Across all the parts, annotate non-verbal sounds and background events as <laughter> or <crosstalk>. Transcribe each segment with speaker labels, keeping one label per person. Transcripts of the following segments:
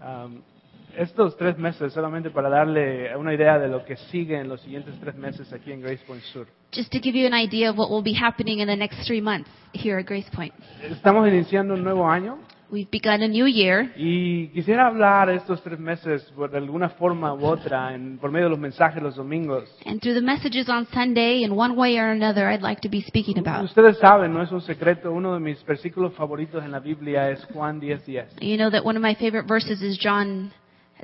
Speaker 1: Am, estos tres meses, solamente para darle una idea de lo que sigue en los siguientes tres meses aquí en Grace Point Sur.
Speaker 2: Just to give you an idea of what will be happening in the next three months here at Grace Point.
Speaker 1: Estamos iniciando un nuevo año
Speaker 2: We've begun a new year,
Speaker 1: y quisiera hablar estos tres meses por- de alguna forma u otra, en- por medio de los mensajes los domingos.
Speaker 2: and through the messages on Sunday, in one way or another, I'd like to be speaking about.
Speaker 1: Ustedes saben, no es un secreto, uno de mis versículos favoritos en la Biblia es Juan 10:10,
Speaker 2: You know that one of my favorite verses is John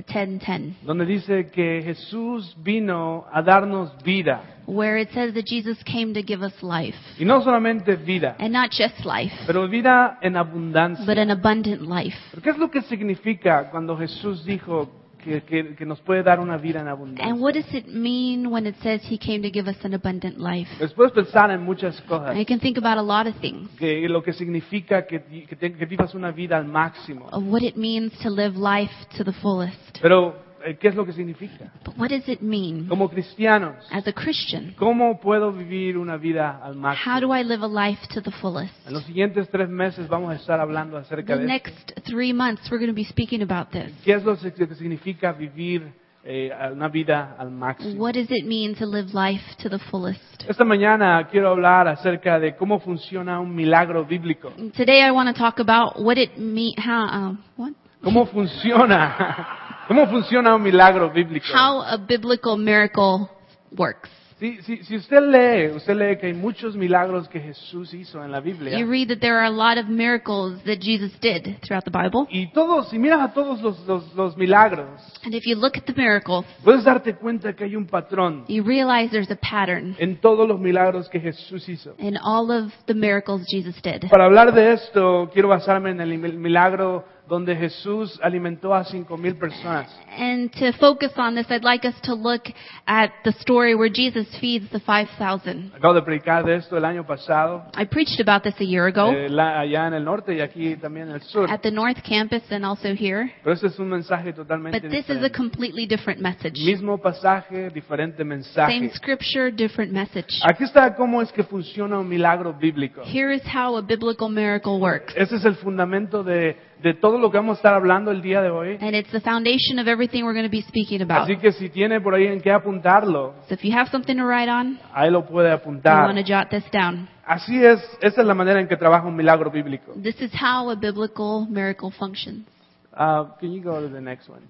Speaker 2: 10:10,
Speaker 1: donde dice que Jesús vino a darnos vida,
Speaker 2: where it says that Jesus came to give us life,
Speaker 1: y no solamente vida,
Speaker 2: and not just life,
Speaker 1: pero vida en abundancia.
Speaker 2: but an abundant life.
Speaker 1: Pero ¿Qué es lo que significa cuando Jesús dijo que, que- que nos puede dar una vida en
Speaker 2: And
Speaker 1: abundancia?
Speaker 2: what does it mean when it says he came to give us an abundant life?
Speaker 1: Pues puedes pensar en muchas cosas,
Speaker 2: And you can think about a lot of things.
Speaker 1: que lo que significa que, ti- que te- que vivas una vida al máximo.
Speaker 2: of what it means to live life to the fullest.
Speaker 1: Pero, eh, ¿qué es lo que significa?
Speaker 2: But what does it mean
Speaker 1: Como cristianos,
Speaker 2: as a Christian?
Speaker 1: ¿cómo puedo vivir una vida al
Speaker 2: How do
Speaker 1: máximo?
Speaker 2: I live a life to the fullest?
Speaker 1: En los siguientes tres meses vamos a estar hablando
Speaker 2: The
Speaker 1: acerca de esto.
Speaker 2: next three months, we're going to be speaking about this.
Speaker 1: qué es lo que significa vivir eh, una vida al máximo.
Speaker 2: What does it mean to live life to the fullest?
Speaker 1: Esta mañana quiero hablar acerca de cómo funciona un milagro bíblico.
Speaker 2: Today, I want to talk about what it mean. How uh, what?
Speaker 1: ¿Cómo funciona? <laughs> ¿Cómo funciona un milagro bíblico?
Speaker 2: How a biblical miracle works.
Speaker 1: Si, si- si usted lee, usted lee que hay muchos milagros que Jesús hizo en la
Speaker 2: You
Speaker 1: Biblia.
Speaker 2: read that there are a lot of miracles that Jesus did throughout the Bible,
Speaker 1: Y todos, si miras a todos los, los- los milagros,
Speaker 2: and if you look at the miracles,
Speaker 1: puedes darte cuenta que hay un patrón
Speaker 2: you realize there's a pattern
Speaker 1: en todos los milagros que Jesús hizo.
Speaker 2: in all of the miracles Jesus did.
Speaker 1: Para hablar de esto, quiero basarme en el mil- milagro donde Jesús alimentó a 5.000 personas.
Speaker 2: And to focus on this, I'd like us to look at the story where Jesus feeds the 5,000.
Speaker 1: Acabo de predicar de esto el año pasado,
Speaker 2: I preached about this a year ago
Speaker 1: eh, la- allá en el norte y aquí también en el sur.
Speaker 2: at the North Campus and also here.
Speaker 1: Pero ese es un mensaje
Speaker 2: But
Speaker 1: totalmente
Speaker 2: this is a
Speaker 1: diferente.
Speaker 2: completely different message.
Speaker 1: Mismo pasaje, diferente mensaje.
Speaker 2: Same scripture, different message.
Speaker 1: Aquí está cómo es que funciona un milagro bíblico.
Speaker 2: Here is how a biblical miracle works.
Speaker 1: Ese es el fundamento de, de todo lo que vamos a estar hablando el día de hoy.
Speaker 2: And it's the foundation of everything we're going to be speaking about.
Speaker 1: Así que si tiene por ahí en qué apuntarlo,
Speaker 2: So if you have something to write on,
Speaker 1: ahí lo puede
Speaker 2: you want to
Speaker 1: apuntar.
Speaker 2: jot this down.
Speaker 1: Así es, esa es la manera en que trabaja un milagro bíblico.
Speaker 2: This is how a biblical miracle functions.
Speaker 1: Ah, can you go to the next one,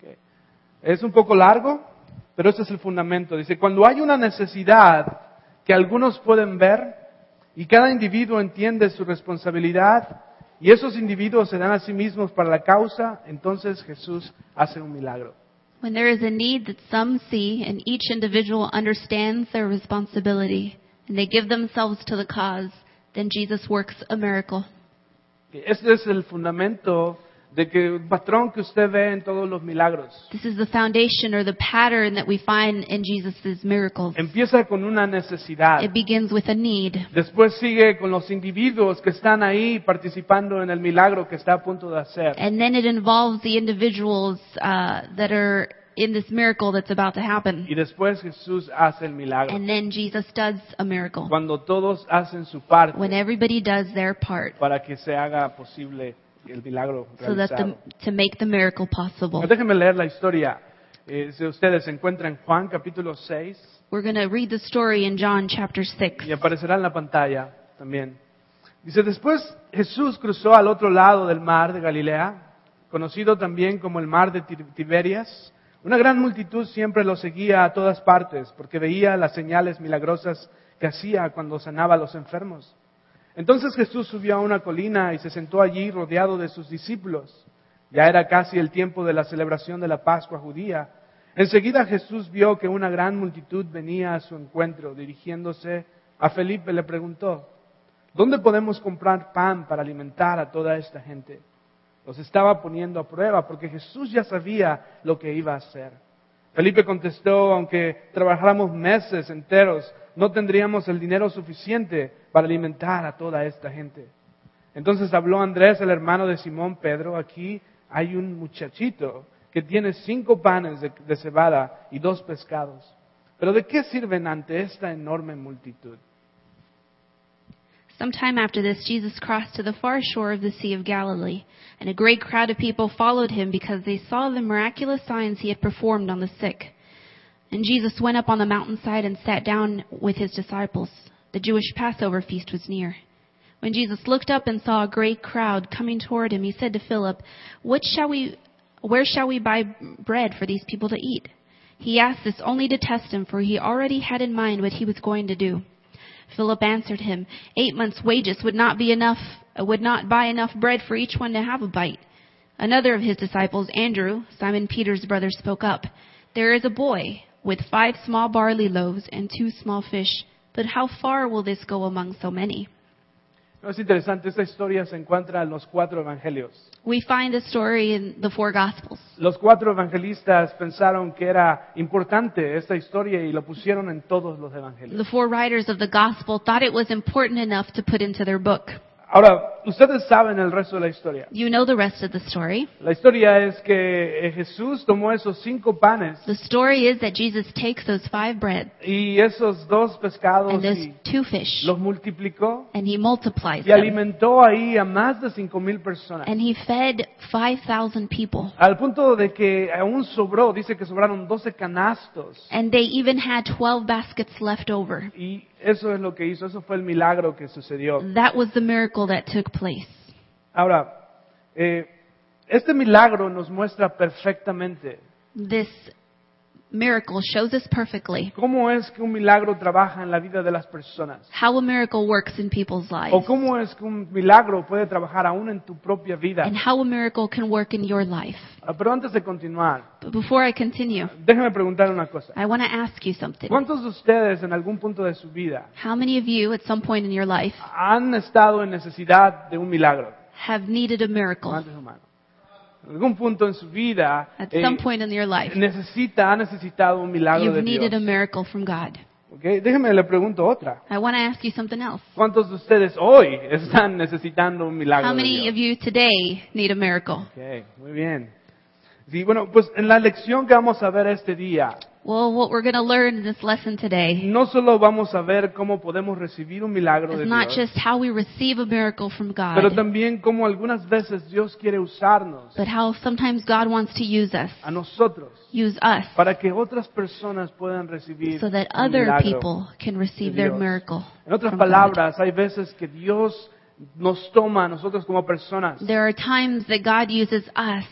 Speaker 1: please? Ok. Es un poco largo, pero ese es el fundamento. Dice, cuando hay una necesidad que algunos pueden ver y cada individuo entiende su responsabilidad y esos individuos se dan a sí mismos para la causa, entonces Jesús hace un milagro.
Speaker 2: When there is a need that some see and each individual understands their responsibility and they give themselves to the cause, then Jesus works a miracle.
Speaker 1: Ok, Ese es el fundamento de que el patrón que usted ve en todos los milagros
Speaker 2: This is the foundation or the pattern that we find in Jesus' miracles.
Speaker 1: empieza con una necesidad.
Speaker 2: It begins with a need.
Speaker 1: Después sigue con los individuos que están ahí participando en el milagro que está a punto de hacer.
Speaker 2: And then it involves the individuals uh, that are in this miracle that's about to happen.
Speaker 1: Y después Jesús hace el milagro.
Speaker 2: And then Jesus does a miracle.
Speaker 1: Cuando todos hacen su parte
Speaker 2: When everybody does their part
Speaker 1: para que se haga posible el milagro
Speaker 2: so that the,
Speaker 1: realizado.
Speaker 2: to make the miracle possible.
Speaker 1: Déjenme leer la historia. Eh, si ustedes se encuentran en Juan capítulo 6
Speaker 2: We're going to read the story in John chapter 6.
Speaker 1: y aparecerá en la pantalla también. Dice, después Jesús cruzó al otro lado del mar de Galilea, conocido también como el mar de Ti- Tiberias. Una gran multitud siempre lo seguía a todas partes porque veía las señales milagrosas que hacía cuando sanaba a los enfermos. Entonces Jesús subió a una colina y se sentó allí rodeado de sus discípulos. Ya era casi el tiempo de la celebración de la Pascua judía. Enseguida Jesús vio que una gran multitud venía a su encuentro. Dirigiéndose a Felipe le preguntó, ¿dónde podemos comprar pan para alimentar a toda esta gente? Los estaba poniendo a prueba porque Jesús ya sabía lo que iba a hacer. Felipe contestó, aunque trabajáramos meses enteros, no tendríamos el dinero suficiente para alimentar a toda esta gente. Entonces habló Andrés, el hermano de Simón Pedro, aquí hay un muchachito que tiene cinco panes de, de cebada y dos pescados. Pero ¿de qué sirven ante esta enorme multitud?
Speaker 2: Sometime after this, Jesus crossed to the far shore of the Sea of Galilee, and a great crowd of people followed him because they saw the miraculous signs he had performed on the sick. And Jesus went up on the mountainside and sat down with his disciples. The Jewish Passover feast was near. When Jesus looked up and saw a great crowd coming toward him, he said to Philip, "What shall we where shall we buy bread for these people to eat?" He asked this only to test him, for he already had in mind what he was going to do. Philip answered him, Eight months' wages would not be enough, would not buy enough bread for each one to have a bite." Another of his disciples, Andrew, Simon Peter's brother, spoke up, "There is a boy with five small barley loaves and two small fish, but how far will this go among so many?"
Speaker 1: No, es interesante, esta historia se encuentra en los cuatro evangelios.
Speaker 2: We find this story in the four Gospels.
Speaker 1: Los cuatro evangelistas pensaron que era importante esta historia y lo pusieron en todos los evangelios.
Speaker 2: The four writers of the Gospel thought it was important enough to put into their book.
Speaker 1: Ahora, ustedes saben el resto de la historia.
Speaker 2: You know the rest of the story.
Speaker 1: La historia es que eh, Jesús tomó esos cinco panes
Speaker 2: The story is that Jesus takes those five bread
Speaker 1: y esos dos pescados
Speaker 2: and those
Speaker 1: y
Speaker 2: two fish
Speaker 1: los multiplicó
Speaker 2: and he multiplies
Speaker 1: y
Speaker 2: them.
Speaker 1: alimentó ahí a más de cinco mil personas.
Speaker 2: And he fed 5,000 people.
Speaker 1: Al punto de que aún sobró, dice que sobraron 12 canastos.
Speaker 2: And they even had 12 baskets left over.
Speaker 1: Y eso es lo que hizo, eso fue el milagro que sucedió.
Speaker 2: That was the miracle that took place.
Speaker 1: Ahora, eh, este milagro nos muestra perfectamente
Speaker 2: This miracle shows us perfectly
Speaker 1: cómo es que un milagro trabaja en la vida de las personas.
Speaker 2: how a miracle works in people's lives
Speaker 1: O Oh, cómo es que un milagro puede trabajar aún en tu propia vida.
Speaker 2: and how a miracle can work in your life.
Speaker 1: Ah, Pero antes de continuar,
Speaker 2: But before I continue,
Speaker 1: déjeme preguntar una cosa.
Speaker 2: I want to ask you something.
Speaker 1: ¿Cuántos de ustedes en algún punto de su vida
Speaker 2: How many of you at some point in your life
Speaker 1: han estado en necesidad de un milagro?
Speaker 2: have needed a miracle?
Speaker 1: Levanten su mano. En algún punto en su vida
Speaker 2: Oh. At
Speaker 1: eh,
Speaker 2: some point in your life,
Speaker 1: necesita, ha necesitado un milagro de
Speaker 2: you've needed a
Speaker 1: Dios.
Speaker 2: miracle from God.
Speaker 1: ¿Ok? Déjeme le pregunto otra.
Speaker 2: I want to ask you something else.
Speaker 1: ¿Cuántos de ustedes hoy están necesitando un milagro
Speaker 2: How
Speaker 1: de
Speaker 2: many
Speaker 1: Dios?
Speaker 2: of you today need a miracle?
Speaker 1: Ok, muy bien. Sí, bueno, pues en la lección que vamos a ver este día,
Speaker 2: Well, what we're going to learn in this lesson today
Speaker 1: no solo vamos a ver cómo podemos recibir un milagro de
Speaker 2: is not
Speaker 1: Dios,
Speaker 2: just how we receive a miracle from
Speaker 1: pero
Speaker 2: God,
Speaker 1: también cómo algunas veces Dios quiere usarnos
Speaker 2: but how sometimes God wants to use us,
Speaker 1: a nosotros
Speaker 2: use us,
Speaker 1: para que otras personas puedan recibir
Speaker 2: so that
Speaker 1: un
Speaker 2: other
Speaker 1: milagro.
Speaker 2: people can receive their miracle.
Speaker 1: En otras
Speaker 2: from God.
Speaker 1: palabras, hay veces que Dios nos toma a nosotros como personas
Speaker 2: There are times that God uses us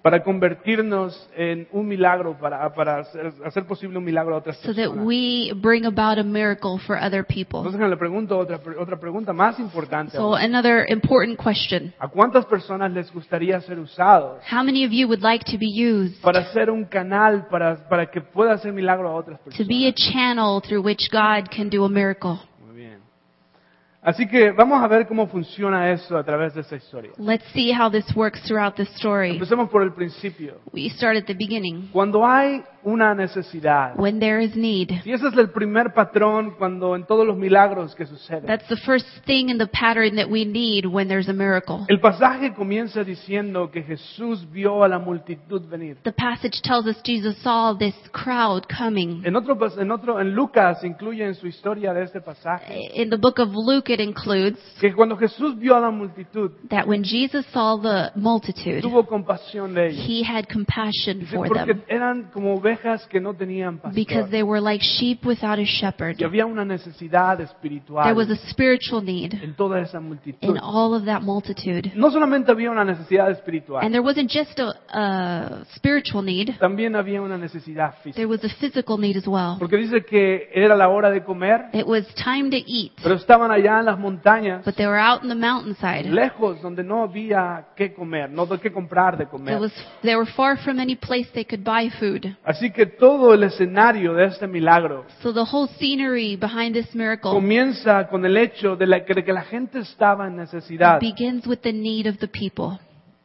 Speaker 1: para convertirnos en un milagro, para, para hacer, hacer posible un milagro a otras
Speaker 2: so that
Speaker 1: personas.
Speaker 2: we bring about a miracle for other people.
Speaker 1: Entonces le pregunto otra, pre- otra pregunta más importante.
Speaker 2: So,
Speaker 1: aún.
Speaker 2: another important question.
Speaker 1: ¿A cuántas personas les gustaría ser usados
Speaker 2: How many of you would like to be used
Speaker 1: para ser un canal, para, para que pueda hacer milagro a otras
Speaker 2: to
Speaker 1: personas?
Speaker 2: be a channel through which God can do a miracle?
Speaker 1: Muy bien. Así que vamos a ver cómo funciona eso a través de esta historia.
Speaker 2: Let's see how this works throughout the story.
Speaker 1: Empecemos por el principio.
Speaker 2: We start at the beginning.
Speaker 1: Cuando hay una necesidad,
Speaker 2: When there is need.
Speaker 1: Y ese es el primer patrón cuando en todos los milagros que suceden.
Speaker 2: That's the first thing in the pattern that we need when there's a miracle.
Speaker 1: El pasaje comienza diciendo que Jesús vio a la multitud venir.
Speaker 2: The passage tells us Jesus saw this crowd coming.
Speaker 1: En otro pas- en otro en Lucas incluye en su historia de este pasaje
Speaker 2: In the book of Luke, it includes
Speaker 1: que cuando Jesús vio a la multitud
Speaker 2: that when Jesus saw the multitude,
Speaker 1: tuvo compasión de ellos.
Speaker 2: he had compassion
Speaker 1: Dice,
Speaker 2: for
Speaker 1: porque
Speaker 2: them
Speaker 1: eran como ovejas que no tenían pastor.
Speaker 2: because they were like sheep without a shepherd.
Speaker 1: Y había una necesidad
Speaker 2: There was a
Speaker 1: espiritual
Speaker 2: spiritual need
Speaker 1: en toda esa
Speaker 2: in
Speaker 1: multitud.
Speaker 2: all of that multitude.
Speaker 1: No solamente había una necesidad
Speaker 2: And
Speaker 1: espiritual,
Speaker 2: there wasn't just a, a spiritual need,
Speaker 1: también había una necesidad física.
Speaker 2: there was a physical need as well.
Speaker 1: Porque dice que era la hora de comer
Speaker 2: It was time to eat,
Speaker 1: Pero estaban allá en las montañas,
Speaker 2: but they were out in the mountainside.
Speaker 1: lejos, donde no había qué comer, no había qué comprar de
Speaker 2: It
Speaker 1: comer.
Speaker 2: was, they were far from any place they could buy food.
Speaker 1: Así que todo el escenario de este milagro
Speaker 2: So the whole scenery behind this miracle
Speaker 1: comienza con el hecho de, la- de que la gente estaba en necesidad,
Speaker 2: begins with the need of the people,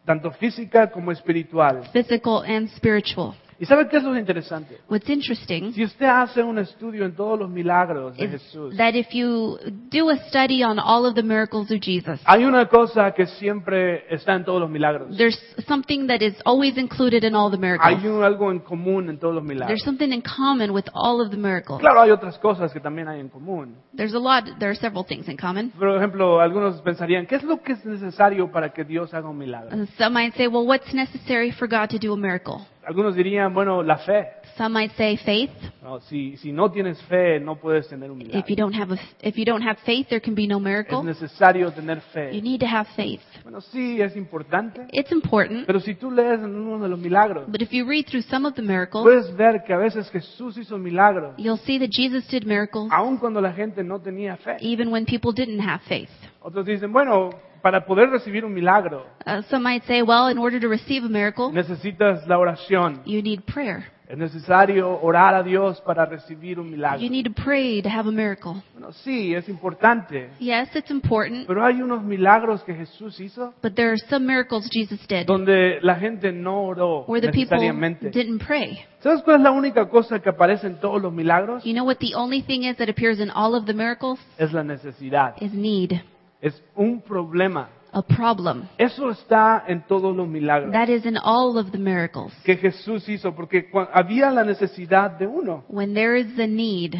Speaker 1: tanto física como espiritual.
Speaker 2: physical and spiritual.
Speaker 1: ¿Y sabe qué es lo interesante?
Speaker 2: What's interesting
Speaker 1: Si usted hace un estudio en todos los milagros de
Speaker 2: is
Speaker 1: Jesús,
Speaker 2: that if you do a study on all of the miracles of Jesus,
Speaker 1: hay una cosa que siempre está en todos los milagros.
Speaker 2: there's something that is always included in all the
Speaker 1: Hay
Speaker 2: miracles.
Speaker 1: un- algo en común en todos los milagros.
Speaker 2: There's something in common with all of the miracles.
Speaker 1: Claro, hay otras cosas que también hay en común.
Speaker 2: There's a lot, there are several things in common.
Speaker 1: Por ejemplo, algunos pensarían, ¿qué es lo que es necesario para que Dios haga un milagro?
Speaker 2: And Some might say, well, what's necessary for God to do a miracle?
Speaker 1: Algunos dirían, bueno, la fe.
Speaker 2: Some might say faith.
Speaker 1: No, si, si no tienes fe, no puedes tener un
Speaker 2: If you
Speaker 1: milagro.
Speaker 2: don't have a, if you don't have faith, there can be no
Speaker 1: Es
Speaker 2: miracle.
Speaker 1: necesario tener
Speaker 2: You
Speaker 1: fe.
Speaker 2: need to have faith.
Speaker 1: Bueno, sí, es importante.
Speaker 2: It's important,
Speaker 1: Pero si tú lees en uno de los milagros,
Speaker 2: but if you read through some of the miracles,
Speaker 1: puedes ver que a veces Jesús hizo milagros,
Speaker 2: you'll see that Jesus did miracles
Speaker 1: aun cuando la gente no tenía fe.
Speaker 2: even when people didn't have faith.
Speaker 1: Otros dicen, bueno, para poder recibir un milagro,
Speaker 2: Uh, some might say, well, in order to receive a miracle,
Speaker 1: necesitas la oración.
Speaker 2: you need prayer.
Speaker 1: Es necesario orar a Dios para recibir un milagro.
Speaker 2: You need to pray to have a miracle.
Speaker 1: Bueno, sí, es importante.
Speaker 2: Yes, it's important,
Speaker 1: Pero hay unos milagros que Jesús hizo
Speaker 2: but there are some miracles Jesus did
Speaker 1: donde la gente no oró
Speaker 2: where the people
Speaker 1: necesariamente.
Speaker 2: didn't pray.
Speaker 1: ¿Sabes cuál es la única cosa que aparece en todos los milagros?
Speaker 2: You know what the only thing is that appears in all of the miracles?
Speaker 1: Es la necesidad.
Speaker 2: Is need,
Speaker 1: Es un problema.
Speaker 2: a problem.
Speaker 1: Eso está en todos los milagros
Speaker 2: That is in all of the miracles.
Speaker 1: que Jesús hizo, porque cua- había la necesidad de uno,
Speaker 2: When there is a need,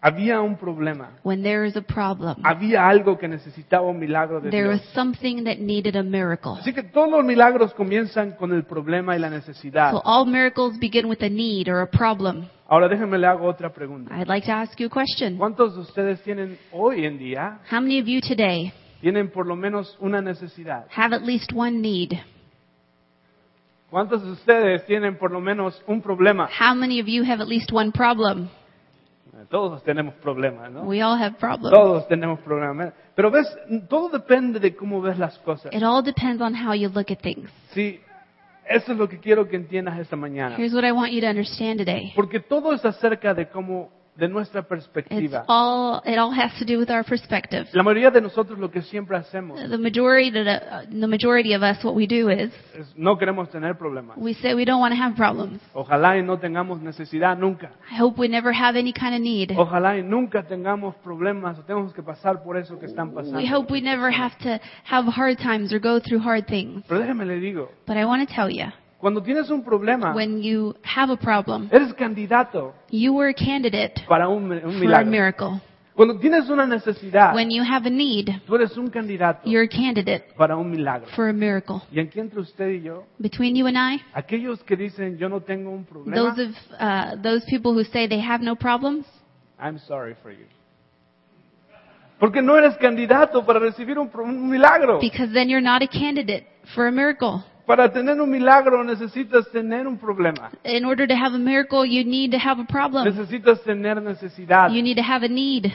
Speaker 1: había un problema,
Speaker 2: when there is a problem,
Speaker 1: había algo que necesitaba un milagro de
Speaker 2: there was
Speaker 1: Dios.
Speaker 2: something that needed a miracle.
Speaker 1: Así que todos los milagros comienzan con el problema y la necesidad.
Speaker 2: So all miracles begin with a need or a problem.
Speaker 1: Ahora déjenme le hago otra pregunta.
Speaker 2: I'd like to ask you a question.
Speaker 1: ¿Cuántos de ustedes tienen hoy en día
Speaker 2: How many of you today
Speaker 1: tienen por lo menos una necesidad.
Speaker 2: have at least one need?
Speaker 1: ¿Cuántos de ustedes tienen por lo menos un problema? Eh,
Speaker 2: How many of you have at least one problem?
Speaker 1: Todos tenemos problemas, ¿no?
Speaker 2: We all have problems.
Speaker 1: Todos tenemos problemas. Pero ves, todo depende de cómo ves las cosas.
Speaker 2: It all depends on how you look at things.
Speaker 1: Sí, eso es lo que quiero que entiendas esta mañana.
Speaker 2: Here's what I want you to understand today.
Speaker 1: Porque todo es acerca de cómo, de nuestra
Speaker 2: It's
Speaker 1: perspectiva.
Speaker 2: all it all has to do with our perspective.
Speaker 1: La mayoría de nosotros lo que siempre hacemos
Speaker 2: The majority the, the majority of us what we do is
Speaker 1: es no queremos tener problemas.
Speaker 2: we say we don't want to have problems.
Speaker 1: Ojalá y no tengamos necesidad nunca.
Speaker 2: I hope we never have any kind of need.
Speaker 1: Ojalá y nunca tengamos problemas o tengamos que pasar por eso que están pasando.
Speaker 2: We hope we never have to have hard times or go through hard things.
Speaker 1: Pero déjeme le digo,
Speaker 2: But I want to tell you,
Speaker 1: Cuando tienes un problema,
Speaker 2: when you have a problem,
Speaker 1: eres candidato
Speaker 2: you were a candidate
Speaker 1: para un, mi- un
Speaker 2: for a
Speaker 1: milagro.
Speaker 2: miracle.
Speaker 1: Cuando tienes una necesidad,
Speaker 2: When you have a need,
Speaker 1: tú eres un candidato
Speaker 2: you're a candidate
Speaker 1: para un milagro.
Speaker 2: for a miracle.
Speaker 1: Y aquí entre usted y yo,
Speaker 2: Between you and I,
Speaker 1: aquellos que dicen yo no tengo un problema,
Speaker 2: those of uh, those people who say they have no problems,
Speaker 1: I'm sorry for you. Porque no eres candidato para recibir un, pro- un milagro.
Speaker 2: because then you're not a candidate for a miracle.
Speaker 1: Para tener un milagro necesitas tener un problema.
Speaker 2: In order to have a miracle, you need to have a problem.
Speaker 1: Necesitas tener necesidad.
Speaker 2: You need to have a need.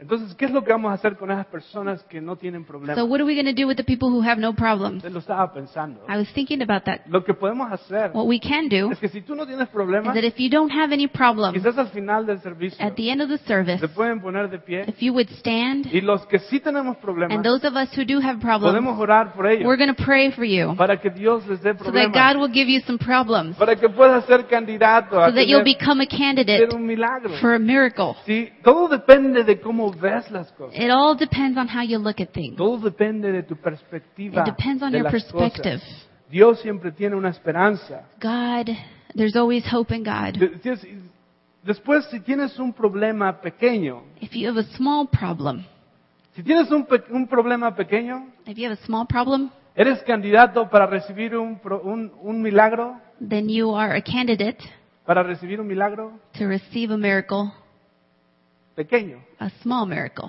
Speaker 1: Entonces, ¿qué es lo que vamos a hacer con esas personas que no tienen
Speaker 2: So
Speaker 1: problemas?
Speaker 2: what are we going to do with the people who have no problems?
Speaker 1: Usted lo estaba pensando.
Speaker 2: I Oh, was thinking about that.
Speaker 1: Lo que podemos hacer
Speaker 2: What we can do
Speaker 1: Es
Speaker 2: is
Speaker 1: que si tú no tienes problemas,
Speaker 2: that if you don't have any problems
Speaker 1: quizás al final del servicio
Speaker 2: um, at the end of the service,
Speaker 1: se pueden poner de pie
Speaker 2: if you would stand,
Speaker 1: y los que sí tenemos problemas
Speaker 2: and those of us who do have problems,
Speaker 1: podemos orar por
Speaker 2: we're
Speaker 1: ellos
Speaker 2: going to pray for you
Speaker 1: para que Dios les dé
Speaker 2: so that God
Speaker 1: problemas,
Speaker 2: will give you some problems,
Speaker 1: para que puedas ser candidato a
Speaker 2: so that you'll
Speaker 1: tener
Speaker 2: become a candidate
Speaker 1: ser un milagro.
Speaker 2: for a miracle.
Speaker 1: Sí, todo depende de cómo ves las cosas.
Speaker 2: It all depends on how you look at things.
Speaker 1: Todo depende de tu
Speaker 2: It
Speaker 1: perspectiva.
Speaker 2: depends on
Speaker 1: de
Speaker 2: your
Speaker 1: las
Speaker 2: perspective.
Speaker 1: cosas. Dios siempre tiene una esperanza.
Speaker 2: God, there's always hope in God.
Speaker 1: De- de- Después, si tienes un problema pequeño,
Speaker 2: If you have a small problem,
Speaker 1: si tienes un pe- un problema pequeño,
Speaker 2: if you have a small problem,
Speaker 1: ¿Eres candidato para recibir un, pro- un, un milagro?
Speaker 2: then you are a candidate
Speaker 1: ¿Para recibir un milagro
Speaker 2: to receive a miracle,
Speaker 1: pequeño?
Speaker 2: a small miracle.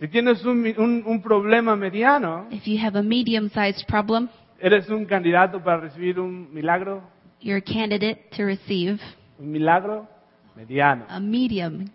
Speaker 1: Si tienes un, mi- un- un problema mediano,
Speaker 2: If you have a medium sized problem,
Speaker 1: ¿eres un candidato para recibir un milagro?
Speaker 2: you're a candidate to receive
Speaker 1: Un milagro mediano.
Speaker 2: a medium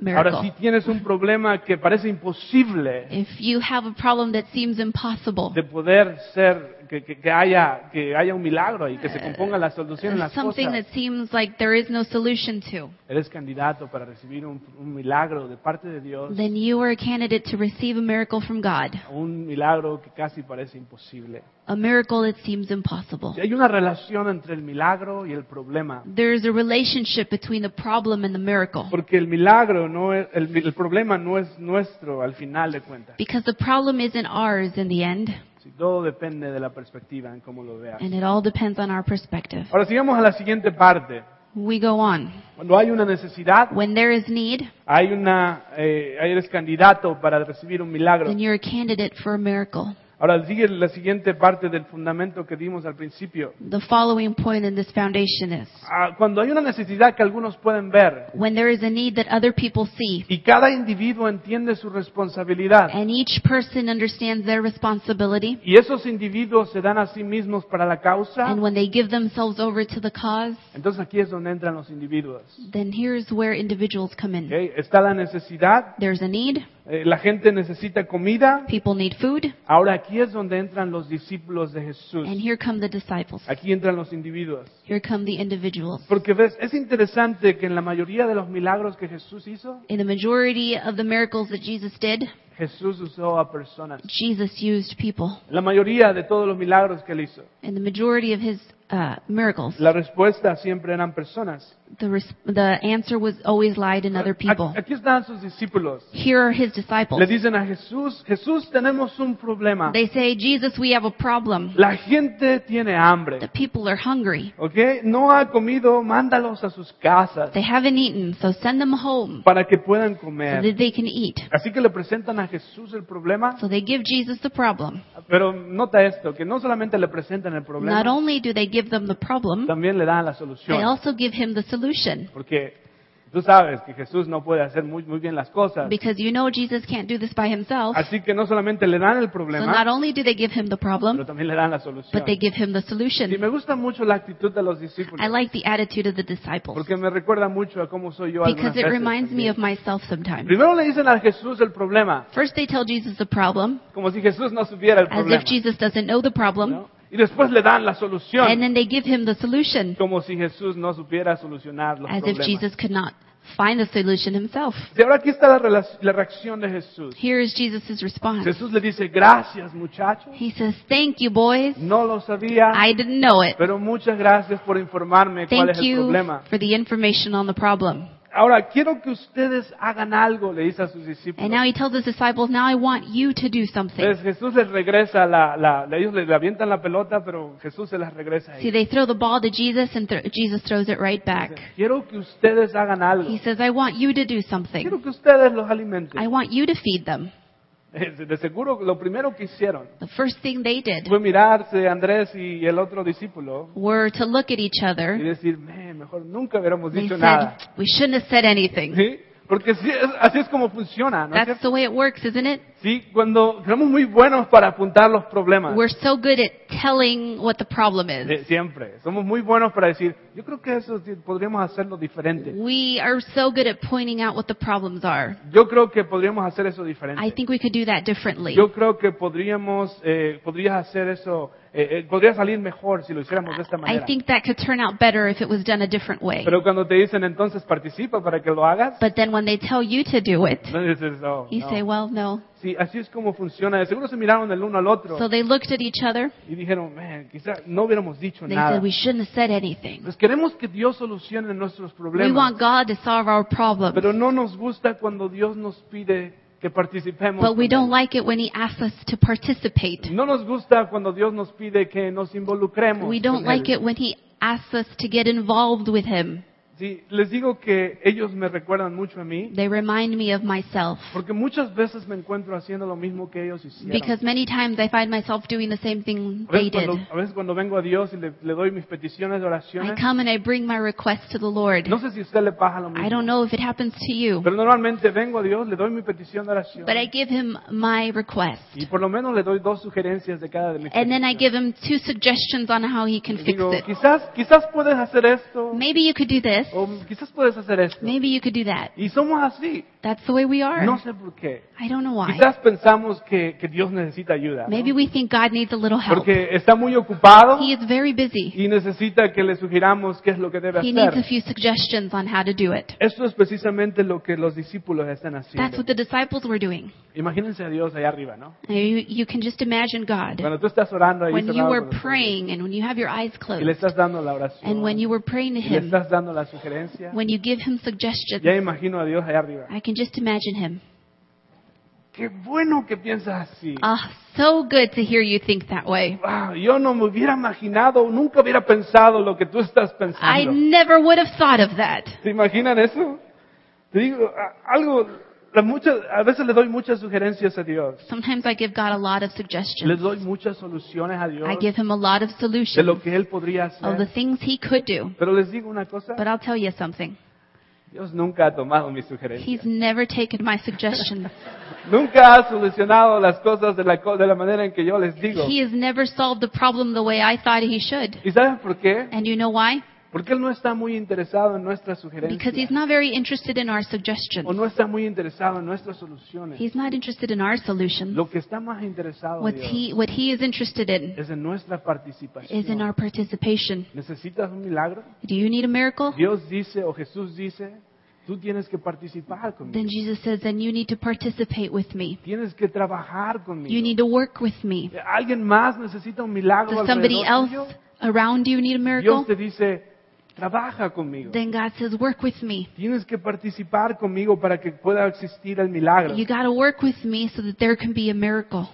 Speaker 1: Ahora, si
Speaker 2: miracle.
Speaker 1: tienes un problema que parece imposible
Speaker 2: If you have a problem that seems impossible,
Speaker 1: de poder ser, que, que- que haya, que haya un milagro y que se componga la solución en las
Speaker 2: something that
Speaker 1: cosas,
Speaker 2: seems like there is no solution to,
Speaker 1: eres candidato para recibir un, un milagro de parte de Dios,
Speaker 2: then you are a candidate to receive a miracle from God.
Speaker 1: un milagro que casi parece imposible.
Speaker 2: A miracle that seems impossible.
Speaker 1: Hay una relación entre el milagro y el problema.
Speaker 2: There's a relationship between the problem and the miracle.
Speaker 1: Porque el milagro no es, el, el problema no es nuestro al final de cuentas.
Speaker 2: Because the problem isn't ours in the end,
Speaker 1: Si todo depende de la perspectiva en cómo lo veas.
Speaker 2: and it all depends on our perspective.
Speaker 1: Ahora sigamos a la siguiente parte.
Speaker 2: We go on.
Speaker 1: Cuando hay una necesidad,
Speaker 2: When there is need,
Speaker 1: hay una, eh, eres candidato para recibir un milagro.
Speaker 2: then you're a candidate for a miracle.
Speaker 1: Ahora sigue la siguiente parte del fundamento que dimos al principio.
Speaker 2: The following point in this foundation is
Speaker 1: Ah, cuando hay una necesidad que algunos pueden ver
Speaker 2: when there is a need that other people see,
Speaker 1: y cada individuo entiende su responsabilidad
Speaker 2: and each person understands their responsibility,
Speaker 1: y esos individuos se dan a sí mismos para la causa,
Speaker 2: and when they give themselves over to the cause,
Speaker 1: entonces aquí es donde entran los individuos.
Speaker 2: then here's where individuals come
Speaker 1: ¿ok?
Speaker 2: in.
Speaker 1: Está la necesidad,
Speaker 2: There's a need,
Speaker 1: eh, la gente necesita comida.
Speaker 2: people need food,
Speaker 1: Ahora aquí es donde entran los discípulos de
Speaker 2: and
Speaker 1: Jesús.
Speaker 2: here come the disciples.
Speaker 1: Aquí entran los individuos.
Speaker 2: Here come the individuals.
Speaker 1: Porque ves, es interesante que en la mayoría de los milagros que Jesús hizo,
Speaker 2: In the majority of the miracles that Jesus did,
Speaker 1: Jesús usó a personas.
Speaker 2: Jesus used people.
Speaker 1: La mayoría de todos los milagros que él hizo,
Speaker 2: In the majority of his uh, miracles,
Speaker 1: la respuesta siempre eran personas.
Speaker 2: the, res- the answer was always lied in other people.
Speaker 1: Aquí- Aquí están sus discípulos.
Speaker 2: Here are his disciples.
Speaker 1: Le dicen a Jesús, Jesús, tenemos un problema.
Speaker 2: They say, Jesus, we have a problem.
Speaker 1: La gente tiene
Speaker 2: The
Speaker 1: hambre,
Speaker 2: people are hungry.
Speaker 1: ¿ok? No ha comido, mándalos a sus casas
Speaker 2: They haven't eaten, so send them home
Speaker 1: para que puedan
Speaker 2: so
Speaker 1: comer.
Speaker 2: that they can eat.
Speaker 1: Así que le presentan a Jesús el problema,
Speaker 2: So they give Jesus the problem.
Speaker 1: pero nota esto, que no solamente le presentan el
Speaker 2: Not
Speaker 1: problema,
Speaker 2: only do they give them the problem,
Speaker 1: también le dan la
Speaker 2: they
Speaker 1: solución.
Speaker 2: also give him the solution.
Speaker 1: Porque tú sabes que Jesús no puede hacer muy, muy bien las cosas.
Speaker 2: Because you know Jesus can't do this by himself.
Speaker 1: Así que no solamente le dan el
Speaker 2: So not
Speaker 1: problema,
Speaker 2: only do they give him the
Speaker 1: pero
Speaker 2: problem,
Speaker 1: también le dan la
Speaker 2: but
Speaker 1: solución.
Speaker 2: they give him the
Speaker 1: Y
Speaker 2: solution.
Speaker 1: me gusta mucho la actitud de los
Speaker 2: I
Speaker 1: discípulos,
Speaker 2: like the attitude of the disciples
Speaker 1: porque me recuerda mucho a cómo soy yo algunas
Speaker 2: because it
Speaker 1: veces
Speaker 2: reminds me
Speaker 1: también.
Speaker 2: of myself sometimes.
Speaker 1: Primero le dicen a Jesús el problema,
Speaker 2: First, they tell Jesus the problem,
Speaker 1: como si Jesús no supiera el
Speaker 2: as
Speaker 1: problema.
Speaker 2: if Jesus doesn't know the problem,
Speaker 1: ¿no? Y después le dan la
Speaker 2: and
Speaker 1: solución,
Speaker 2: then they give him the solution,
Speaker 1: como si Jesús no supiera solucionar los
Speaker 2: as if
Speaker 1: problemas.
Speaker 2: Jesus could not find the solution himself.
Speaker 1: Y ahora aquí está la, rela- la reacción de Jesús.
Speaker 2: Here is Jesus' response.
Speaker 1: Jesús le dice, gracias muchachos,
Speaker 2: He says, Thank you, boys.
Speaker 1: no lo sabía,
Speaker 2: I didn't know it.
Speaker 1: Pero muchas gracias por informarme cuál
Speaker 2: Thank
Speaker 1: es el
Speaker 2: you
Speaker 1: problema.
Speaker 2: for the information on the problem.
Speaker 1: Ahora, quiero que ustedes hagan algo, le dice a sus
Speaker 2: And
Speaker 1: discípulos.
Speaker 2: now he tells his disciples, Now I want you to do something.
Speaker 1: Entonces Jesús les regresa, la, la- la- ellos le avientan la pelota, pero Jesús se las regresa. a
Speaker 2: See,
Speaker 1: ellos.
Speaker 2: they throw the ball to Jesus, and th- Jesus throws it right back.
Speaker 1: Quiero que ustedes hagan algo.
Speaker 2: He says, I want you to do
Speaker 1: Quiero
Speaker 2: something.
Speaker 1: que ustedes los
Speaker 2: I
Speaker 1: alimenten.
Speaker 2: want you to feed them.
Speaker 1: <laughs> De seguro, lo primero que hicieron
Speaker 2: The first thing they did
Speaker 1: fue mirarse Andrés y el otro discípulo
Speaker 2: were to look at each
Speaker 1: y
Speaker 2: other.
Speaker 1: decir, "Man, mejor nunca hubiéramos
Speaker 2: They
Speaker 1: dicho
Speaker 2: said,
Speaker 1: nada.
Speaker 2: We shouldn't have said anything.
Speaker 1: ¿Sí? Porque sí es- así es como funciona, ¿no es
Speaker 2: That's
Speaker 1: cierto?
Speaker 2: the way it works, isn't it?
Speaker 1: Sí, cuando somos muy buenos para apuntar los problemas.
Speaker 2: We're so good at telling what the problem is.
Speaker 1: Eh, siempre. Somos muy buenos para decir, yo creo que eso sí, podríamos hacerlo diferente.
Speaker 2: We are so good at pointing out what the problems are.
Speaker 1: Yo creo que podríamos hacer eso
Speaker 2: I
Speaker 1: diferente.
Speaker 2: think we could do that differently.
Speaker 1: Yo creo que podríamos, eh, podrías hacer eso, eh, eh, podría salir mejor si lo hiciéramos de esta
Speaker 2: I
Speaker 1: manera.
Speaker 2: think that could turn out better if it was done a different way.
Speaker 1: Pero cuando te dicen entonces participa para que lo hagas,
Speaker 2: But then when they tell you to do it,
Speaker 1: no dices, "Oh,
Speaker 2: you say,
Speaker 1: no.
Speaker 2: Well, no.
Speaker 1: Sí, así es como funciona. De seguro se miraron el uno al otro
Speaker 2: So they looked at each other.
Speaker 1: y dijeron, man, quizás no hubiéramos dicho
Speaker 2: They
Speaker 1: nada.
Speaker 2: said, We shouldn't have said anything.
Speaker 1: Pues queremos que Dios solucione nuestros
Speaker 2: We
Speaker 1: problemas,
Speaker 2: want God to solve our problems,
Speaker 1: pero no nos gusta cuando Dios nos pide que participemos.
Speaker 2: but
Speaker 1: con
Speaker 2: we
Speaker 1: Él.
Speaker 2: don't like it when He asks us to participate.
Speaker 1: No nos gusta cuando Dios nos pide que nos involucremos.
Speaker 2: We don't
Speaker 1: con él.
Speaker 2: like it when He asks us to get involved with Him.
Speaker 1: Sí, les digo que ellos me recuerdan mucho a mí,
Speaker 2: They remind me of myself
Speaker 1: porque muchas veces me encuentro haciendo lo mismo que ellos hicieron.
Speaker 2: because many times I find myself doing the same thing
Speaker 1: a,
Speaker 2: they
Speaker 1: veces
Speaker 2: did.
Speaker 1: cuando, a veces cuando vengo a Dios y le, le doy mis peticiones de
Speaker 2: I
Speaker 1: oraciones,
Speaker 2: come and I bring my request to the Lord.
Speaker 1: no sé si a usted le pasa lo mismo,
Speaker 2: I don't know if it happens to you,
Speaker 1: pero normalmente vengo a Dios, le doy mi petición de oración
Speaker 2: but I give Him my request.
Speaker 1: y por lo menos le doy dos sugerencias de cada de mis
Speaker 2: And then I
Speaker 1: peticiones.
Speaker 2: give Him two suggestions on how He can
Speaker 1: Y
Speaker 2: fix
Speaker 1: digo,
Speaker 2: it.
Speaker 1: quizás, quizás puedes hacer esto,
Speaker 2: Maybe you could do this.
Speaker 1: O quizás puedes hacer esto.
Speaker 2: Maybe you could do that.
Speaker 1: Y somos así.
Speaker 2: That's the way we are.
Speaker 1: No sé por qué.
Speaker 2: I don't know why.
Speaker 1: Quizás pensamos que, que Dios necesita ayuda. ¿no?
Speaker 2: Maybe we think God needs a little help.
Speaker 1: Porque está muy ocupado
Speaker 2: He is very busy.
Speaker 1: y necesita que le sugiramos qué es lo que debe
Speaker 2: He needs a
Speaker 1: hacer.
Speaker 2: few suggestions on how to do it.
Speaker 1: Eso es precisamente lo que los discípulos están
Speaker 2: That's
Speaker 1: haciendo.
Speaker 2: what the disciples were doing.
Speaker 1: Imagínense a Dios allá arriba, ¿no?
Speaker 2: You, you can just imagine God.
Speaker 1: Cuando tú estás orando ahí
Speaker 2: When you
Speaker 1: cerrado
Speaker 2: were
Speaker 1: con los ojos,
Speaker 2: praying and when you have your eyes
Speaker 1: y le
Speaker 2: closed
Speaker 1: estás dando la oración,
Speaker 2: and when you were praying to
Speaker 1: y le
Speaker 2: Him,
Speaker 1: estás dando la sugerencia,
Speaker 2: when you give Him suggestions,
Speaker 1: ya imagino a Dios allá arriba.
Speaker 2: I can just imagine Him.
Speaker 1: Qué bueno que piensas así.
Speaker 2: Ah, so good to hear you think that way.
Speaker 1: Wow, yo no me hubiera imaginado, nunca hubiera pensado lo que tú estás
Speaker 2: I
Speaker 1: pensando.
Speaker 2: never would have thought of that.
Speaker 1: ¿Se imaginan eso? Te digo, a- algo, la mucha- a veces le doy muchas sugerencias a Dios.
Speaker 2: Sometimes I give God a lot of
Speaker 1: Le
Speaker 2: suggestions.
Speaker 1: doy muchas soluciones a Dios
Speaker 2: I give Him a lot of
Speaker 1: de lo
Speaker 2: solutions
Speaker 1: que Él podría
Speaker 2: of the
Speaker 1: hacer.
Speaker 2: things He could do.
Speaker 1: Pero les digo una cosa,
Speaker 2: But I'll tell you something.
Speaker 1: Dios nunca ha tomado mis
Speaker 2: He's
Speaker 1: sugerencias.
Speaker 2: never taken my <laughs> suggestions.
Speaker 1: Nunca ha solucionado las cosas de la, co- de la manera en que yo les digo.
Speaker 2: He has never solved the problem the way I thought He should.
Speaker 1: ¿Y saben por qué?
Speaker 2: And you know why?
Speaker 1: Porque Él no está muy interesado en nuestras
Speaker 2: Because He's
Speaker 1: sugerencias.
Speaker 2: not very interested in our
Speaker 1: O
Speaker 2: suggestions.
Speaker 1: no está muy interesado en nuestras soluciones.
Speaker 2: He's not interested in our solutions.
Speaker 1: Lo que está más interesado
Speaker 2: What's
Speaker 1: Dios,
Speaker 2: he, what He is interested in
Speaker 1: es en nuestra participación.
Speaker 2: is in our participation.
Speaker 1: ¿Necesitas un milagro?
Speaker 2: Do you need a miracle?
Speaker 1: Dios dice o Jesús dice, tú tienes que participar
Speaker 2: Then
Speaker 1: conmigo.
Speaker 2: Jesus says, then you need to participate with me.
Speaker 1: Tienes que trabajar conmigo.
Speaker 2: You need to work with me.
Speaker 1: ¿Alguien más necesita un milagro
Speaker 2: Does somebody
Speaker 1: alrededor
Speaker 2: else
Speaker 1: tuyo?
Speaker 2: around you need a
Speaker 1: Dios
Speaker 2: miracle?
Speaker 1: te dice, trabaja conmigo.
Speaker 2: Then God says, work with me.
Speaker 1: Tienes que participar conmigo para que pueda existir el milagro.
Speaker 2: You got to work with me so that there can be a miracle.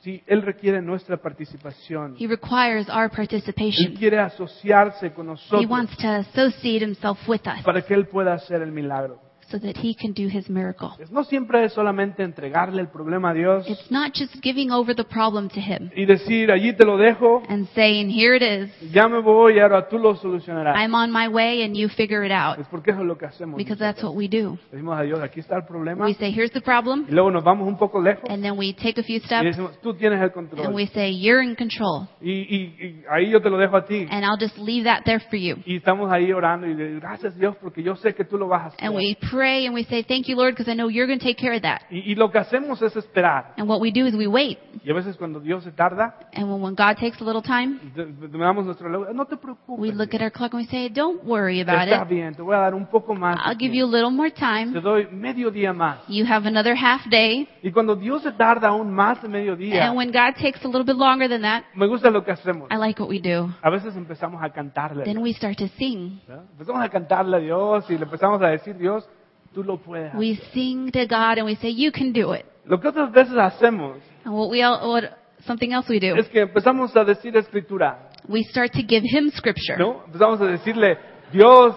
Speaker 1: Sí, Él requiere nuestra participación.
Speaker 2: He requires our
Speaker 1: Él
Speaker 2: participation.
Speaker 1: quiere asociarse con
Speaker 2: He
Speaker 1: nosotros
Speaker 2: wants to associate himself with us
Speaker 1: para que Él pueda hacer el milagro.
Speaker 2: so that he can do his miracle.
Speaker 1: Pues No siempre es solamente entregarle el problema a Dios
Speaker 2: It's not just giving over the problem to him
Speaker 1: y decir, allí te lo dejo,
Speaker 2: and saying, here it is.
Speaker 1: ya me voy, ahora tú lo solucionarás.
Speaker 2: I'm on my way and you figure it out
Speaker 1: Es porque eso es lo que hacemos.
Speaker 2: because
Speaker 1: nosotros.
Speaker 2: that's what we do.
Speaker 1: Le Decimos a Dios, aquí está el problema.
Speaker 2: We
Speaker 1: Y
Speaker 2: say, here's the problem.
Speaker 1: luego nos vamos un poco lejos
Speaker 2: And then we take a few
Speaker 1: y
Speaker 2: steps
Speaker 1: decimos, tú tienes el
Speaker 2: and
Speaker 1: control.
Speaker 2: we say, you're in control.
Speaker 1: Y, y- y ahí yo te lo dejo a ti.
Speaker 2: And I'll just leave that there for you.
Speaker 1: Y estamos ahí orando y de- gracias Dios porque yo sé que tú lo vas a hacer.
Speaker 2: And we pray and we say, thank you, Lord, because I know you're going to take care of that.
Speaker 1: Y, y lo que hacemos es esperar.
Speaker 2: And what we do is we wait.
Speaker 1: Y a veces cuando Dios se tarda,
Speaker 2: And when, when God takes a little time,
Speaker 1: damos nuestro reloj. No te preocupes.
Speaker 2: we look at our clock and we say, don't worry about
Speaker 1: Está
Speaker 2: it.
Speaker 1: bien, te voy a dar un poco más. de
Speaker 2: I'll give
Speaker 1: tiempo.
Speaker 2: you a little more
Speaker 1: Te
Speaker 2: time.
Speaker 1: doy medio día más.
Speaker 2: You have another half day.
Speaker 1: Y cuando Dios se tarda aún más de medio día,
Speaker 2: And when God takes a little bit longer than that,
Speaker 1: me gusta lo que hacemos.
Speaker 2: I like what we do.
Speaker 1: A veces empezamos a cantarle.
Speaker 2: Then we start to sing.
Speaker 1: ¿no? Empezamos a cantarle a Dios y le empezamos a decir, Dios, tú lo puedes. hacer".
Speaker 2: We sing to God and we say, you can do it.
Speaker 1: Lo que otras veces hacemos
Speaker 2: And what we all, what, something else we do,
Speaker 1: es que empezamos a decir escritura,
Speaker 2: we start to give Him scripture.
Speaker 1: ¿no? Empezamos a decirle, Dios,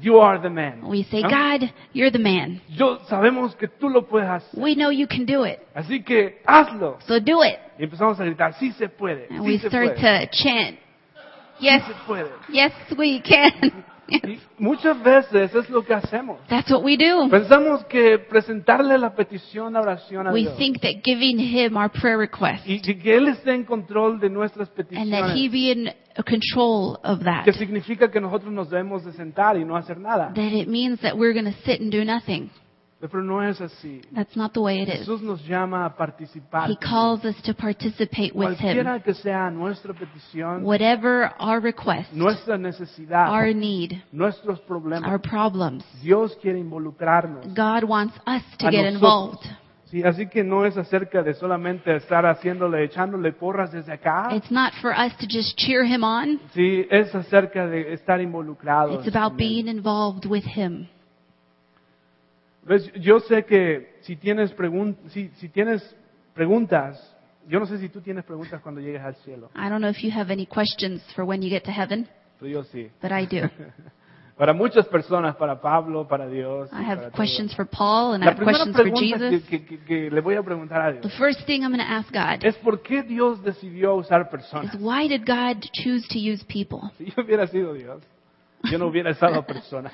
Speaker 1: you are the man.
Speaker 2: We say,
Speaker 1: ¿no?
Speaker 2: God, you're the man.
Speaker 1: Yo sabemos que tú lo puedes hacer.
Speaker 2: We know you can do it.
Speaker 1: Así que hazlo.
Speaker 2: So do it.
Speaker 1: Y empezamos a gritar, sí se puede.
Speaker 2: And
Speaker 1: sí
Speaker 2: we
Speaker 1: se
Speaker 2: start
Speaker 1: puede.
Speaker 2: to chant,
Speaker 1: sí
Speaker 2: Yes,
Speaker 1: se puede.
Speaker 2: yes, we can. <laughs>
Speaker 1: Y muchas veces es lo que hacemos.
Speaker 2: That's what we do.
Speaker 1: Pensamos que presentarle la petición, la oración a
Speaker 2: We
Speaker 1: Dios
Speaker 2: think that giving Him our prayer request
Speaker 1: y y que Él esté en control de nuestras
Speaker 2: and that He
Speaker 1: peticiones,
Speaker 2: be in control of that,
Speaker 1: que significa que nosotros nos debemos de sentar y no hacer nada.
Speaker 2: that it means that we're going to sit and do nothing.
Speaker 1: Pero no es así.
Speaker 2: That's not the way it is.
Speaker 1: Jesús nos llama a participar.
Speaker 2: He calls us to participate with Him.
Speaker 1: Cualquiera que sea nuestra petición,
Speaker 2: Whatever our request,
Speaker 1: nuestra necesidad,
Speaker 2: our need,
Speaker 1: nuestros problemas,
Speaker 2: our problems,
Speaker 1: Dios quiere involucrarnos.
Speaker 2: God wants us
Speaker 1: A
Speaker 2: to get
Speaker 1: nosotros.
Speaker 2: involved.
Speaker 1: Sí, así que no es acerca de solamente estar haciéndole, echándole porras desde acá.
Speaker 2: It's not for us to just cheer Him on.
Speaker 1: Sí, es acerca de estar involucrado.
Speaker 2: It's about
Speaker 1: en él.
Speaker 2: being involved with Him.
Speaker 1: ¿Ves? Pues, Yo sé que si tienes, pregun- si, si tienes preguntas, yo no sé si tú tienes preguntas cuando llegues al cielo,
Speaker 2: I don't know if you have any questions for when you get to heaven,
Speaker 1: pero yo sí.
Speaker 2: but
Speaker 1: <laughs>
Speaker 2: I do.
Speaker 1: Para muchas personas, para Pablo, para Dios. y
Speaker 2: I
Speaker 1: para
Speaker 2: have
Speaker 1: todos.
Speaker 2: questions for Paul and I
Speaker 1: La
Speaker 2: have
Speaker 1: primera
Speaker 2: questions for
Speaker 1: pregunta
Speaker 2: Jesus.
Speaker 1: que, que- que- que le voy a preguntar a
Speaker 2: The
Speaker 1: Dios
Speaker 2: first thing I'm going to ask God
Speaker 1: es por qué Dios decidió usar
Speaker 2: is
Speaker 1: personas.
Speaker 2: why did God choose to use people?
Speaker 1: Si yo hubiera sido Dios, yo no hubiera usado personas.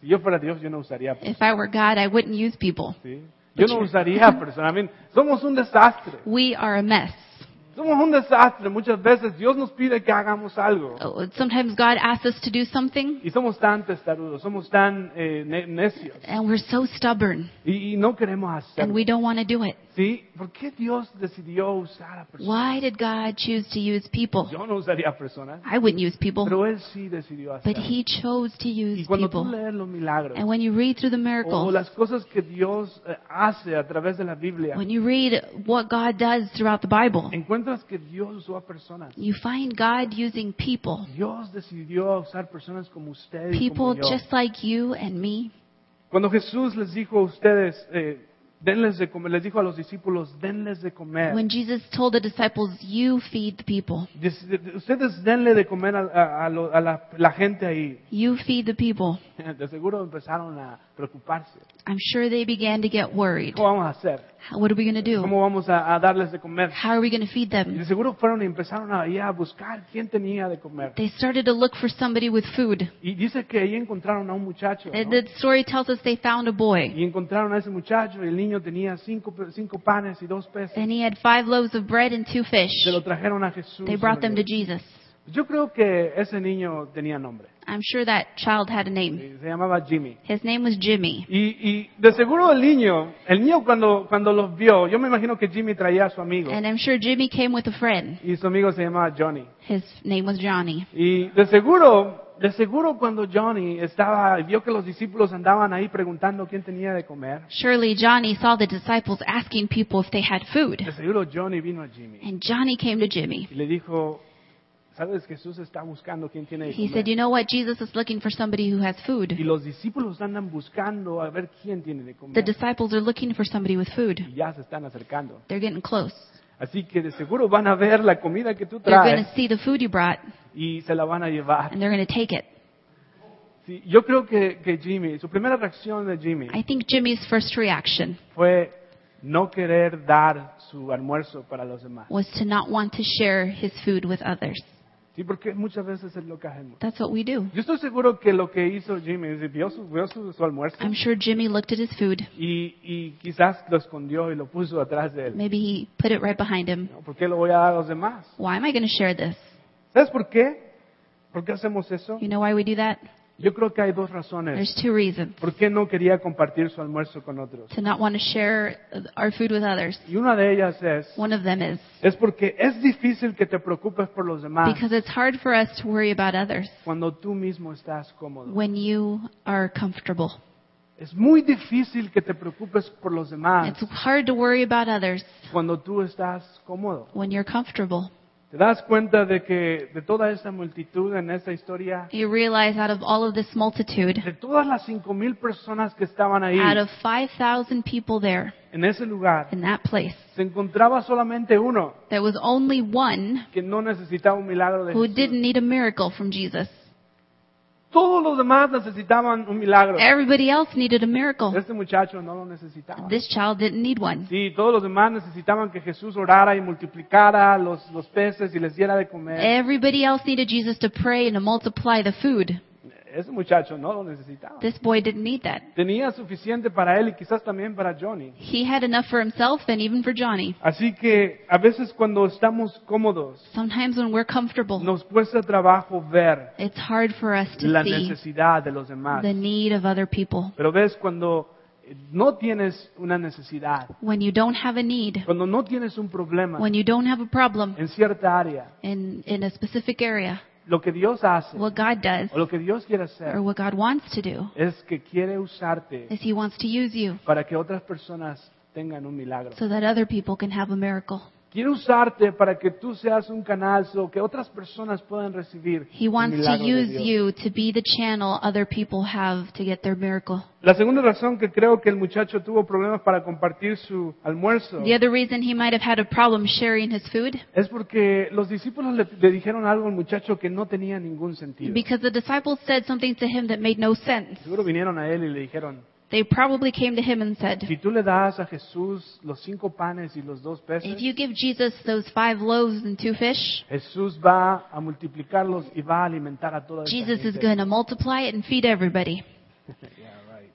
Speaker 1: Si yo fuera Dios, yo no usaría personas.
Speaker 2: If I were God, I wouldn't use people.
Speaker 1: ¿sí? Yo no usaría personas. I mean, somos un desastre.
Speaker 2: We are a mess.
Speaker 1: Somos un desastre. Muchas veces Dios nos pide que hagamos algo.
Speaker 2: Oh, Sometimes God asks us to do something,
Speaker 1: Y somos tan testarudos, somos tan eh, ne- necios.
Speaker 2: and we're so stubborn,
Speaker 1: Y, y no queremos
Speaker 2: and
Speaker 1: hacerlo.
Speaker 2: we don't want to do it.
Speaker 1: ¿Sí? ¿Por qué Dios decidió usar a personas?
Speaker 2: Why did God choose to use people?
Speaker 1: Yo no usaría a personas.
Speaker 2: I wouldn't use people,
Speaker 1: Pero Él sí decidió
Speaker 2: Oh. but
Speaker 1: hacerlo.
Speaker 2: He chose to
Speaker 1: Y
Speaker 2: use
Speaker 1: cuando tú
Speaker 2: people.
Speaker 1: lees los milagros
Speaker 2: And when you read through the
Speaker 1: o
Speaker 2: miracles,
Speaker 1: las cosas que Dios eh, hace a través de la Biblia,
Speaker 2: when you read what God does throughout the Bible,
Speaker 1: encuentras que Dios usó a personas.
Speaker 2: you find God using people.
Speaker 1: Dios decidió usar personas como usted y como
Speaker 2: People
Speaker 1: yo.
Speaker 2: just like you and me.
Speaker 1: Cuando Jesús les dijo a ustedes, eh, denles de comer, les dijo a los discípulos, denles de comer.
Speaker 2: When Jesus told the disciples, You feed the people,
Speaker 1: Des- de- de- ustedes denle de comer a, a- a lo- a la, la gente ahí. <laughs>
Speaker 2: you feed the people,
Speaker 1: De seguro empezaron a preocuparse.
Speaker 2: I'm sure they began to get worried.
Speaker 1: ¿Cómo vamos a hacer?
Speaker 2: How- What are we going to do?
Speaker 1: ¿Cómo vamos a, a darles de comer?
Speaker 2: How are we going to feed
Speaker 1: Y de
Speaker 2: them?
Speaker 1: seguro fueron y empezaron ahí a buscar quién tenía de comer.
Speaker 2: They started to look for somebody with food.
Speaker 1: Y dice que ahí encontraron a un muchacho. ¿no?
Speaker 2: Uh, The story tells us they found a boy,
Speaker 1: Y encontraron a ese muchacho y el niño tenía cinco, pe- cinco panes y dos peces.
Speaker 2: and he had five loaves of bread and two fish.
Speaker 1: Se lo trajeron a Jesús.
Speaker 2: They brought them to Jesus.
Speaker 1: Yo creo que ese niño tenía nombre.
Speaker 2: I'm sure that child had a name.
Speaker 1: Se llamaba Jimmy.
Speaker 2: His name was Jimmy.
Speaker 1: Y, y de seguro el niño, el niño cuando, cuando los vio, yo me imagino que Jimmy traía a su amigo.
Speaker 2: And I'm sure Jimmy came with a friend.
Speaker 1: Y su amigo se llamaba Johnny.
Speaker 2: His name was Johnny.
Speaker 1: Y de seguro, de seguro cuando Johnny estaba, vio que los discípulos andaban ahí preguntando quién tenía de comer,
Speaker 2: Surely Johnny saw the disciples asking people if they had food.
Speaker 1: de seguro Johnny vino a Jimmy
Speaker 2: And Johnny came to Jimmy.
Speaker 1: y le dijo, sabes, Jesús está buscando quién tiene de
Speaker 2: He said, You
Speaker 1: comer.
Speaker 2: know what? Jesus is looking for somebody who has
Speaker 1: Y
Speaker 2: food.
Speaker 1: los discípulos andan buscando a ver quién tiene de
Speaker 2: The
Speaker 1: comer.
Speaker 2: disciples are looking for somebody with
Speaker 1: Y
Speaker 2: food.
Speaker 1: ya se están acercando.
Speaker 2: They're getting close.
Speaker 1: Así que de seguro van a ver la comida que tú
Speaker 2: They're going
Speaker 1: traes
Speaker 2: to see the food you brought
Speaker 1: y se la van a llevar.
Speaker 2: and they're going to take it.
Speaker 1: Sí, yo creo que, que Jimmy, su primera reacción de Jimmy
Speaker 2: I think Jimmy's first reaction
Speaker 1: fue no querer dar su almuerzo para los demás.
Speaker 2: was to not want to share his food with others.
Speaker 1: Sí, porque muchas veces es lo que hacemos.
Speaker 2: That's what we do.
Speaker 1: Yo estoy seguro que lo que hizo Jimmy, es decir, vio su, vio su, su almuerzo
Speaker 2: I'm sure Jimmy looked at his food.
Speaker 1: y, y quizás lo escondió y lo puso atrás de él.
Speaker 2: Maybe he put it right behind him.
Speaker 1: ¿no? ¿Por qué lo voy a dar a los demás?
Speaker 2: Why am I going to share this?
Speaker 1: ¿Sabes por qué? ¿Por qué hacemos eso?
Speaker 2: You know why we do that?
Speaker 1: Yo creo que hay dos razones.
Speaker 2: There's two reasons
Speaker 1: ¿Por qué no quería compartir su almuerzo con otros?
Speaker 2: to not want to share our food with others.
Speaker 1: Y una de ellas es,
Speaker 2: One of them is
Speaker 1: es porque es difícil que te preocupes por los demás
Speaker 2: because it's hard for us to worry about others
Speaker 1: cuando tú mismo estás cómodo.
Speaker 2: when you are comfortable.
Speaker 1: Es muy difícil que te preocupes por los demás
Speaker 2: It's hard to worry about others
Speaker 1: cuando tú estás cómodo.
Speaker 2: when you're comfortable.
Speaker 1: ¿Te das cuenta de que de toda esta multitud en esta historia,
Speaker 2: You realize out of all of this multitude,
Speaker 1: de todas las cinco mil personas que estaban ahí
Speaker 2: out of 5,000 people there
Speaker 1: en ese lugar,
Speaker 2: in that place,
Speaker 1: se encontraba solamente uno
Speaker 2: there was only one
Speaker 1: que no necesitaba un milagro de
Speaker 2: who
Speaker 1: Jesús.
Speaker 2: didn't need a miracle from Jesus.
Speaker 1: Todos los demás necesitaban un milagro.
Speaker 2: Everybody else needed a miracle.
Speaker 1: Este muchacho no lo necesitaba.
Speaker 2: This child didn't need one.
Speaker 1: Sí, todos los demás necesitaban que Jesús orara y multiplicara los, los peces y les diera de
Speaker 2: Eh.
Speaker 1: comer.
Speaker 2: Everybody else needed Jesus to pray and to multiply the food.
Speaker 1: Ese muchacho no lo necesitaba.
Speaker 2: This boy didn't need that.
Speaker 1: Tenía suficiente para él y quizás también para Johnny.
Speaker 2: He had enough for himself and even for Johnny.
Speaker 1: Así que a veces cuando estamos cómodos,
Speaker 2: Sometimes when we're comfortable,
Speaker 1: nos cuesta trabajo ver
Speaker 2: it's hard for us
Speaker 1: la
Speaker 2: to see
Speaker 1: necesidad de los demás.
Speaker 2: the need of other people.
Speaker 1: Pero ves cuando eh, no tienes una necesidad,
Speaker 2: When you don't have a need,
Speaker 1: cuando no tienes un problema
Speaker 2: when you don't have a problem
Speaker 1: en cierta área,
Speaker 2: in, in a specific area,
Speaker 1: lo que Dios hace
Speaker 2: what God does
Speaker 1: o lo que Dios quiere hacer
Speaker 2: or what God wants to do
Speaker 1: es que quiere usarte
Speaker 2: is He wants to use you
Speaker 1: para que otras personas tengan un milagro.
Speaker 2: so that other people can have a miracle.
Speaker 1: Quiere usarte para que tú seas un canal o que otras personas puedan recibir
Speaker 2: He
Speaker 1: el
Speaker 2: wants to
Speaker 1: milagro de
Speaker 2: use
Speaker 1: Dios.
Speaker 2: you to be the channel other people have to get their miracle.
Speaker 1: La segunda razón que creo que el muchacho tuvo problemas para compartir su almuerzo
Speaker 2: The other reason he might have had a problem sharing his food
Speaker 1: es porque los discípulos le, le dijeron algo al muchacho que no tenía ningún sentido.
Speaker 2: because the disciples said something to him that made no sense.
Speaker 1: Seguro vinieron a él y le dijeron,
Speaker 2: They probably came to him and said,
Speaker 1: si tú le das a Jesús los cinco panes y los dos peces,
Speaker 2: If you give Jesus those five loaves and two fish,
Speaker 1: Jesús va a multiplicarlos y va a alimentar a toda esta
Speaker 2: Jesus is
Speaker 1: gente".
Speaker 2: going to multiply it and feed everybody.
Speaker 1: Yeah, right.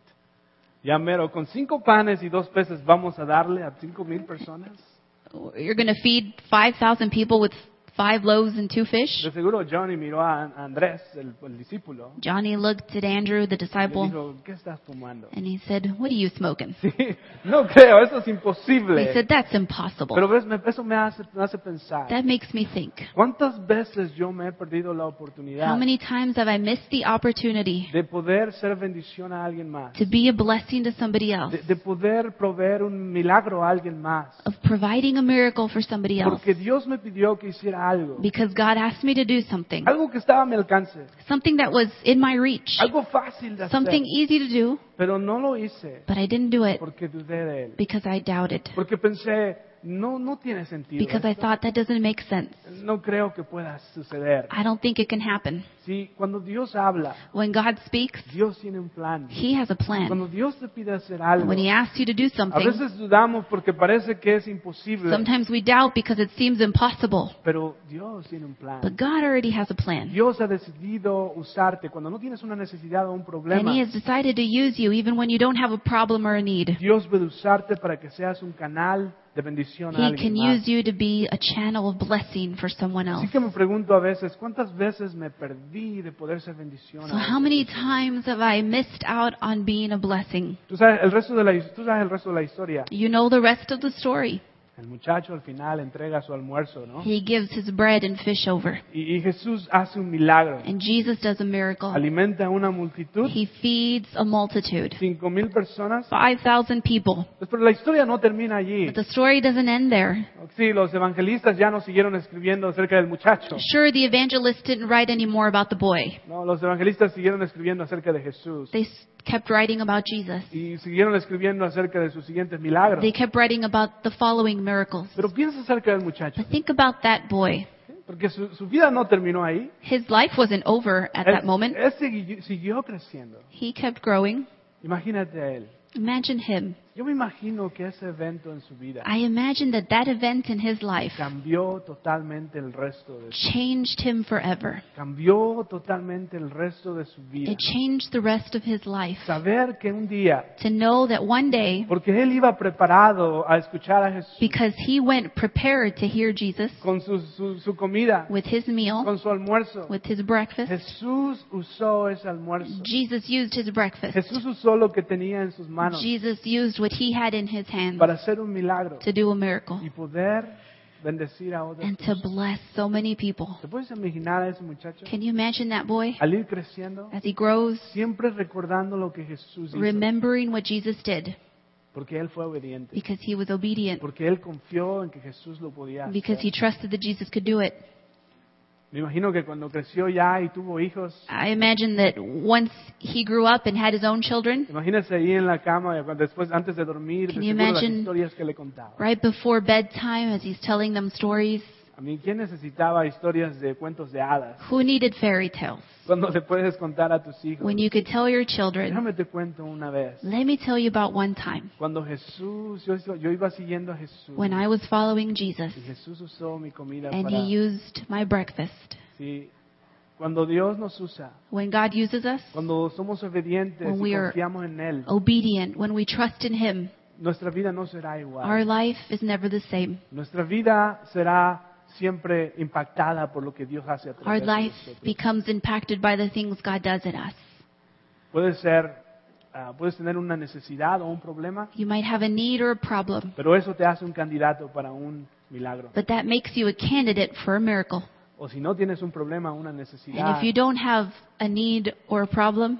Speaker 1: Ya mero, con cinco panes y dos peces vamos a darle a cinco mil personas.
Speaker 2: You're going to feed 5,000 people with five loaves and two fish?
Speaker 1: De seguro Johnny miró a a Andrés, el, el discípulo,
Speaker 2: Johnny looked at Andrew, the
Speaker 1: y le
Speaker 2: disciple,
Speaker 1: dijo, ¿qué estás fumando? <laughs>
Speaker 2: and he said, What are you smoking?
Speaker 1: no creo, eso es
Speaker 2: He said,
Speaker 1: imposible.
Speaker 2: That's impossible.
Speaker 1: Pero ves, me- eso me hace, me hace pensar.
Speaker 2: That makes me think.
Speaker 1: ¿Cuántas veces yo me he perdido la
Speaker 2: How
Speaker 1: oportunidad
Speaker 2: many times have I missed the opportunity
Speaker 1: de poder ser bendición a alguien más?
Speaker 2: to be a blessing to somebody else,
Speaker 1: De, de poder proveer un milagro a alguien más.
Speaker 2: of providing a miracle for somebody else?
Speaker 1: Porque Dios me pidió que hiciera algo.
Speaker 2: Because God asked me to do something,
Speaker 1: Algo que estaba a mi alcance.
Speaker 2: something that was in my reach,
Speaker 1: Algo fácil de hacer.
Speaker 2: something easy to do,
Speaker 1: Pero no lo hice
Speaker 2: but I didn't do it
Speaker 1: porque dudé de él.
Speaker 2: because I doubted,
Speaker 1: Porque pensé, no, no tiene sentido.
Speaker 2: because I
Speaker 1: esto.
Speaker 2: thought that doesn't make sense.
Speaker 1: No creo que pueda suceder.
Speaker 2: I don't think it can happen.
Speaker 1: Sí, cuando Dios habla,
Speaker 2: When God speaks,
Speaker 1: Dios tiene un plan.
Speaker 2: He has a
Speaker 1: Cuando
Speaker 2: plan.
Speaker 1: Dios te pide hacer algo,
Speaker 2: When He asks you to do
Speaker 1: a
Speaker 2: something,
Speaker 1: veces dudamos porque parece que es imposible.
Speaker 2: sometimes we doubt because it seems impossible.
Speaker 1: Pero Dios tiene un plan.
Speaker 2: But God already has a plan.
Speaker 1: Dios ha decidido usarte cuando no tienes una necesidad o un
Speaker 2: And
Speaker 1: problema.
Speaker 2: He has decided to use you even when you don't have a problem or a need.
Speaker 1: Dios puede usarte para que seas un canal de bendición a
Speaker 2: He
Speaker 1: alguien
Speaker 2: can
Speaker 1: más.
Speaker 2: use you to be a channel of blessing for someone else.
Speaker 1: Así que me pregunto a veces, ¿cuántas veces me perdí de poder ser bendición? a
Speaker 2: So how
Speaker 1: otros?
Speaker 2: many times have I missed out on being a blessing?
Speaker 1: Tú sabes el resto de la, his- tú sabes el resto de la historia.
Speaker 2: You know the rest of the story.
Speaker 1: El muchacho al final entrega su almuerzo, ¿no?
Speaker 2: He gives his bread and fish over,
Speaker 1: Y, y Jesús hace un milagro.
Speaker 2: and Jesus does a miracle.
Speaker 1: Alimenta a una multitud,
Speaker 2: He feeds a multitude,
Speaker 1: cinco mil personas.
Speaker 2: 5,000 people.
Speaker 1: Pues, Pero la historia no termina allí.
Speaker 2: But the story doesn't end there.
Speaker 1: Sí, los evangelistas ya no siguieron escribiendo acerca del muchacho.
Speaker 2: Sure, the evangelists didn't write any more about the boy.
Speaker 1: No, los evangelistas siguieron escribiendo acerca de Jesús.
Speaker 2: They s- kept writing about Jesus.
Speaker 1: Y siguieron escribiendo acerca de sus siguientes milagros.
Speaker 2: They kept writing about the following miracles.
Speaker 1: Pero piensa acerca del muchacho,
Speaker 2: But think about that boy.
Speaker 1: porque su, su vida no terminó ahí.
Speaker 2: His life wasn't over at
Speaker 1: Él-
Speaker 2: that moment.
Speaker 1: Él siguió, siguió creciendo.
Speaker 2: He kept growing.
Speaker 1: Imagínate a él.
Speaker 2: Imagine him.
Speaker 1: Yo me imagino que ese evento en su vida
Speaker 2: I imagine that that event in his life
Speaker 1: cambió totalmente el resto de su,
Speaker 2: changed him forever.
Speaker 1: cambió totalmente el resto de su vida.
Speaker 2: It changed the rest of his life.
Speaker 1: Saber que un día,
Speaker 2: To know that one day,
Speaker 1: porque él iba preparado a escuchar a Jesús
Speaker 2: because he went prepared to hear Jesus
Speaker 1: con su, su, su comida,
Speaker 2: with his meal,
Speaker 1: con su almuerzo.
Speaker 2: with his breakfast,
Speaker 1: Jesús usó ese almuerzo.
Speaker 2: Jesus used his breakfast.
Speaker 1: Jesús usó lo que tenía en sus manos
Speaker 2: Jesus used what he had in his hands
Speaker 1: para hacer un milagro.
Speaker 2: to do a miracle
Speaker 1: y poder bendecir a otros.
Speaker 2: and to bless so many people.
Speaker 1: ¿Te puedes imaginar a ese muchacho?
Speaker 2: Can you imagine that boy
Speaker 1: Al ir creciendo,
Speaker 2: as he grows,
Speaker 1: siempre recordando lo que Jesús hizo,
Speaker 2: remembering what Jesus did
Speaker 1: porque él fue obediente,
Speaker 2: because he was obedient,
Speaker 1: porque él confió en que Jesús lo podía
Speaker 2: because he
Speaker 1: hacer.
Speaker 2: trusted that Jesus could do it?
Speaker 1: Me imagino que cuando creció ya y tuvo hijos,
Speaker 2: I imagine that once he grew up and had his own children,
Speaker 1: imagínese ahí en la cama, y cuando- después antes de dormir, de
Speaker 2: Can you
Speaker 1: seguro las
Speaker 2: imagine-
Speaker 1: historias que le contaba.
Speaker 2: right before bedtime, as he's telling them stories,
Speaker 1: A mí, ¿quién necesitaba historias de cuentos de hadas?
Speaker 2: who needed fairy tales?
Speaker 1: Cuando le puedes contar a tus hijos.
Speaker 2: When you could tell your children,
Speaker 1: Déjame te cuento una vez.
Speaker 2: let me tell you about one time
Speaker 1: Cuando Jesús, yo, yo iba siguiendo a Jesús.
Speaker 2: when I was following Jesus
Speaker 1: Y Jesús usó mi comida
Speaker 2: and
Speaker 1: para...
Speaker 2: he used my breakfast.
Speaker 1: Sí. Cuando Dios nos usa,
Speaker 2: When God uses us,
Speaker 1: cuando somos obedientes
Speaker 2: When
Speaker 1: y
Speaker 2: we are-
Speaker 1: confiamos en Él,
Speaker 2: obedient, when we trust in him,
Speaker 1: nuestra vida no será
Speaker 2: our
Speaker 1: igual.
Speaker 2: life is never the same.
Speaker 1: Nuestra vida será siempre impactada por lo que Dios hace a
Speaker 2: Our
Speaker 1: través de
Speaker 2: life
Speaker 1: nosotros.
Speaker 2: becomes impacted by the things God does in us.
Speaker 1: Puede ser, ah, puedes tener una necesidad o un problema,
Speaker 2: You might have a need or a problem,
Speaker 1: pero eso te hace un candidato para un milagro.
Speaker 2: but that makes you a candidate for a miracle.
Speaker 1: O si no tienes un problema, una
Speaker 2: And
Speaker 1: necesidad,
Speaker 2: if you don't have a need or a problem,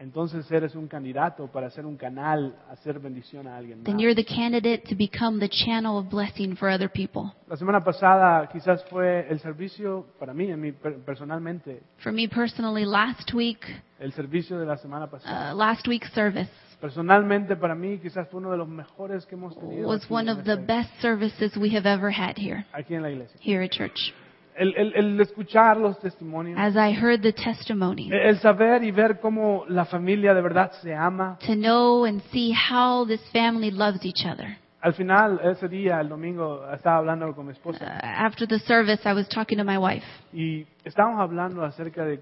Speaker 1: entonces eres un candidato para ser un canal, hacer bendición a alguien más.
Speaker 2: then you're the candidate to become the channel of blessing for other people.
Speaker 1: La semana pasada quizás fue el servicio, para mí, en mi- per- personalmente,
Speaker 2: For me personally, last week,
Speaker 1: el servicio de la semana pasada.
Speaker 2: uh, last week's service
Speaker 1: Personalmente para mí quizás fue uno de los mejores que hemos tenido
Speaker 2: was
Speaker 1: aquí
Speaker 2: one
Speaker 1: en
Speaker 2: of
Speaker 1: la
Speaker 2: the
Speaker 1: iglesia-
Speaker 2: best services we have ever had here,
Speaker 1: aquí en la iglesia.
Speaker 2: here at church.
Speaker 1: El, el- el escuchar los testimonios,
Speaker 2: As I heard the testimony,
Speaker 1: el- el saber y ver cómo la familia de verdad se ama.
Speaker 2: to know and see how this family loves each other.
Speaker 1: Al final, ese día, el domingo, estaba hablando con mi
Speaker 2: Uh,
Speaker 1: esposa
Speaker 2: after the service, I was talking to my wife.
Speaker 1: y estábamos hablando acerca de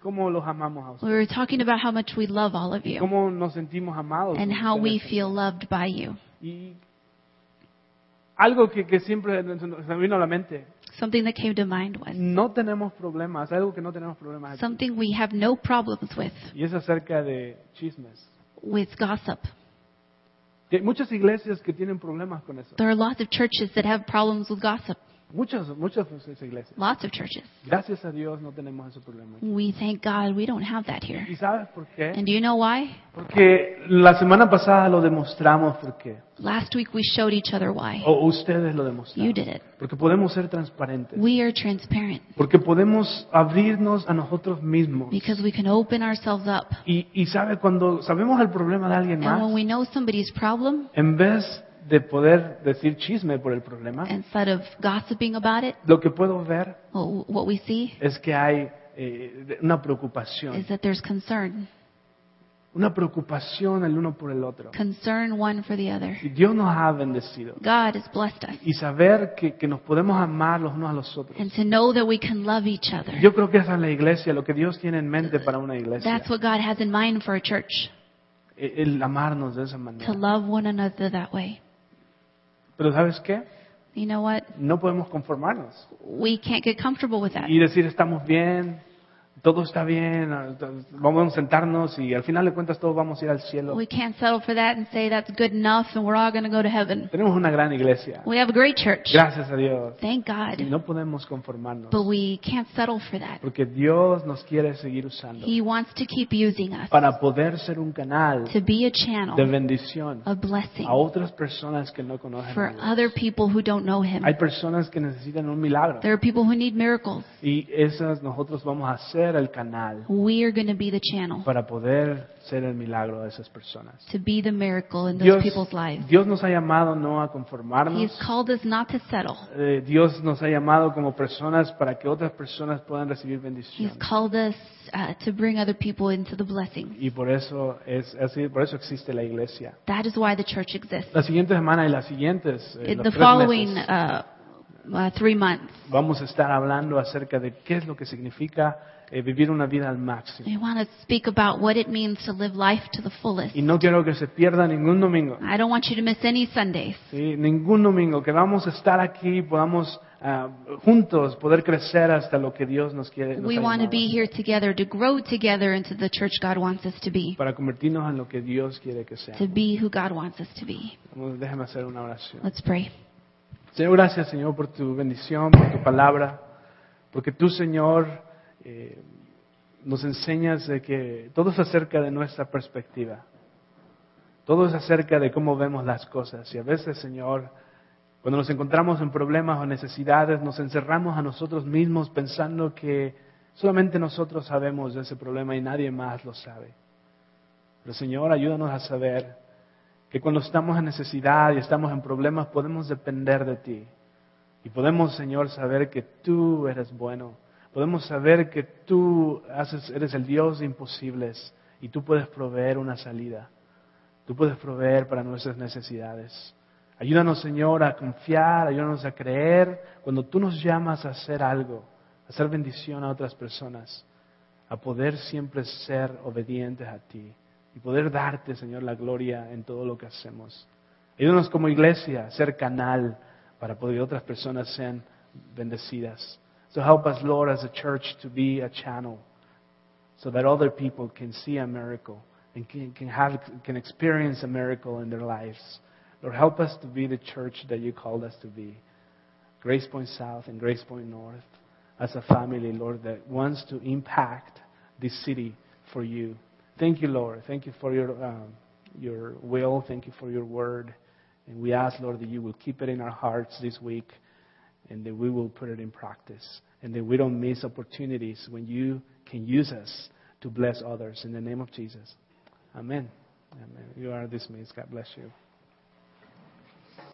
Speaker 1: cómo los amamos a
Speaker 2: We
Speaker 1: ustedes,
Speaker 2: were talking about how much we love all of you
Speaker 1: cómo nos sentimos amados.
Speaker 2: and
Speaker 1: por
Speaker 2: how we
Speaker 1: ustedes.
Speaker 2: feel loved by you.
Speaker 1: Y Algo que, que siempre se me vino a la mente.
Speaker 2: Something that came to mind was
Speaker 1: No tenemos problemas, algo que no tenemos problemas. aquí.
Speaker 2: something we have no problems with,
Speaker 1: Y es acerca de chismes.
Speaker 2: with gossip.
Speaker 1: Que hay muchas iglesias que tienen problemas con eso.
Speaker 2: There are lots of churches that have problems with gossip.
Speaker 1: Muchas, muchas de esas iglesias.
Speaker 2: Lots of churches.
Speaker 1: Gracias a Dios no tenemos ese problema. aquí.
Speaker 2: We thank God we don't have that here.
Speaker 1: ¿Y sabes por qué?
Speaker 2: And do you know why?
Speaker 1: Porque la semana pasada lo demostramos por qué.
Speaker 2: Last week we showed each other why.
Speaker 1: O ustedes lo
Speaker 2: You
Speaker 1: demostraron.
Speaker 2: did it.
Speaker 1: Porque podemos ser transparentes.
Speaker 2: We are transparent
Speaker 1: Porque podemos abrirnos a nosotros mismos.
Speaker 2: because we can open ourselves up.
Speaker 1: Y, y sabe, cuando sabemos el problema de alguien
Speaker 2: And
Speaker 1: más,
Speaker 2: when we know somebody's problem,
Speaker 1: en vez de poder decir chisme por el problema,
Speaker 2: instead of gossiping about it,
Speaker 1: lo que puedo ver
Speaker 2: well, what we see
Speaker 1: es que hay eh, una preocupación.
Speaker 2: is that there's concern.
Speaker 1: Una preocupación el uno por el otro.
Speaker 2: Concern one for the other.
Speaker 1: Y Dios nos ha bendecido.
Speaker 2: God has blessed us.
Speaker 1: Y saber que, que nos podemos amar los unos a los otros.
Speaker 2: And to know that we can love each other.
Speaker 1: Yo creo que esa es la iglesia, lo que Dios tiene en mente para una iglesia. E,
Speaker 2: That's what God has in mind for a church.
Speaker 1: El el amarnos de esa
Speaker 2: To
Speaker 1: manera.
Speaker 2: love one another that way.
Speaker 1: Pero ¿sabes qué?
Speaker 2: You know what?
Speaker 1: No podemos conformarnos
Speaker 2: We can't get comfortable with that.
Speaker 1: y decir estamos bien, todo está bien, vamos a sentarnos y al final de cuentas todos vamos a ir al cielo.
Speaker 2: We can't settle for that and say that's good enough and we're all going to go to heaven.
Speaker 1: Tenemos una gran iglesia,
Speaker 2: We have a great church.
Speaker 1: gracias a Dios.
Speaker 2: Thank
Speaker 1: Y
Speaker 2: God.
Speaker 1: no podemos conformarnos
Speaker 2: But we can't settle for that.
Speaker 1: porque Dios nos quiere seguir usando
Speaker 2: He wants to keep using us
Speaker 1: para poder ser un canal
Speaker 2: to be a
Speaker 1: de
Speaker 2: channel,
Speaker 1: bendición
Speaker 2: a
Speaker 1: a
Speaker 2: blessing
Speaker 1: otras personas que no conocen.
Speaker 2: for
Speaker 1: a
Speaker 2: other
Speaker 1: Dios.
Speaker 2: people who don't know Him.
Speaker 1: Hay personas que necesitan un milagro
Speaker 2: There are people who need miracles.
Speaker 1: y esas nosotros vamos a ser el canal
Speaker 2: We are going to be the channel
Speaker 1: para poder ser el milagro de esas personas.
Speaker 2: to be the miracle in those
Speaker 1: Dios,
Speaker 2: people's lives.
Speaker 1: Dios nos ha llamado no a
Speaker 2: He's
Speaker 1: conformarnos.
Speaker 2: called us not to settle.
Speaker 1: Eh, Dios nos ha llamado como personas para que otras personas puedan recibir
Speaker 2: He's
Speaker 1: bendición.
Speaker 2: called us uh, to bring other people into the blessing.
Speaker 1: Y por eso es así, por eso existe la iglesia.
Speaker 2: That is why the church exists.
Speaker 1: La siguiente semana y las siguientes, eh,
Speaker 2: In
Speaker 1: los
Speaker 2: the
Speaker 1: tres
Speaker 2: following
Speaker 1: meses,
Speaker 2: uh, uh, three months,
Speaker 1: vamos a estar hablando acerca de qué es lo que significa eh, vivir una vida al máximo.
Speaker 2: I want to speak about what it means to live life to the fullest.
Speaker 1: Y no quiero que se pierda ningún domingo.
Speaker 2: I don't want you to miss any Sundays.
Speaker 1: Sí, ningún domingo que vamos a estar aquí y podamos ah, juntos poder crecer hasta lo que Dios nos quiere. nos
Speaker 2: We
Speaker 1: ha
Speaker 2: want to
Speaker 1: llamado.
Speaker 2: be here together to grow together into the church God wants us to be,
Speaker 1: para convertirnos en lo que Dios quiere que sea.
Speaker 2: to be who God wants us to be.
Speaker 1: Déjame hacer una oración.
Speaker 2: Let's pray.
Speaker 1: Señor, gracias Señor por tu bendición, por tu palabra, porque tú Señor eh, nos enseñas de que todo es acerca de nuestra perspectiva, todo es acerca de cómo vemos las cosas y a veces Señor, cuando nos encontramos en problemas o necesidades, nos encerramos a nosotros mismos pensando que solamente nosotros sabemos de ese problema y nadie más lo sabe. Pero Señor, ayúdanos a saber que cuando estamos en necesidad y estamos en problemas podemos depender de ti. Y podemos, Señor, saber que tú eres bueno. Podemos saber que tú haces, eres el Dios de imposibles y tú puedes proveer una salida. Tú puedes proveer para nuestras necesidades. Ayúdanos, Señor, a confiar, ayúdanos a creer cuando tú nos llamas a hacer algo, a hacer bendición a otras personas, a poder siempre ser obedientes a ti y poder darte, Señor, la gloria en todo lo que hacemos. Ayúdanos como iglesia a ser canal para poder que otras personas sean bendecidas. So help us, Lord, as a church to be a channel so that other people can see a miracle and can, can, have, can experience a miracle in their lives. Lord, help us to be the church that you called us to be. Grace Point South and Grace Point North as a family, Lord, that wants to impact this city for you. Thank you, Lord. Thank you for your, um, your will. Thank you for your word. And we ask, Lord, that you will keep it in our hearts this week and that we will put it in practice and that we don't miss opportunities when you can use us to bless others. In the name of Jesus. Amen. Amen. You are dismissed. God bless you.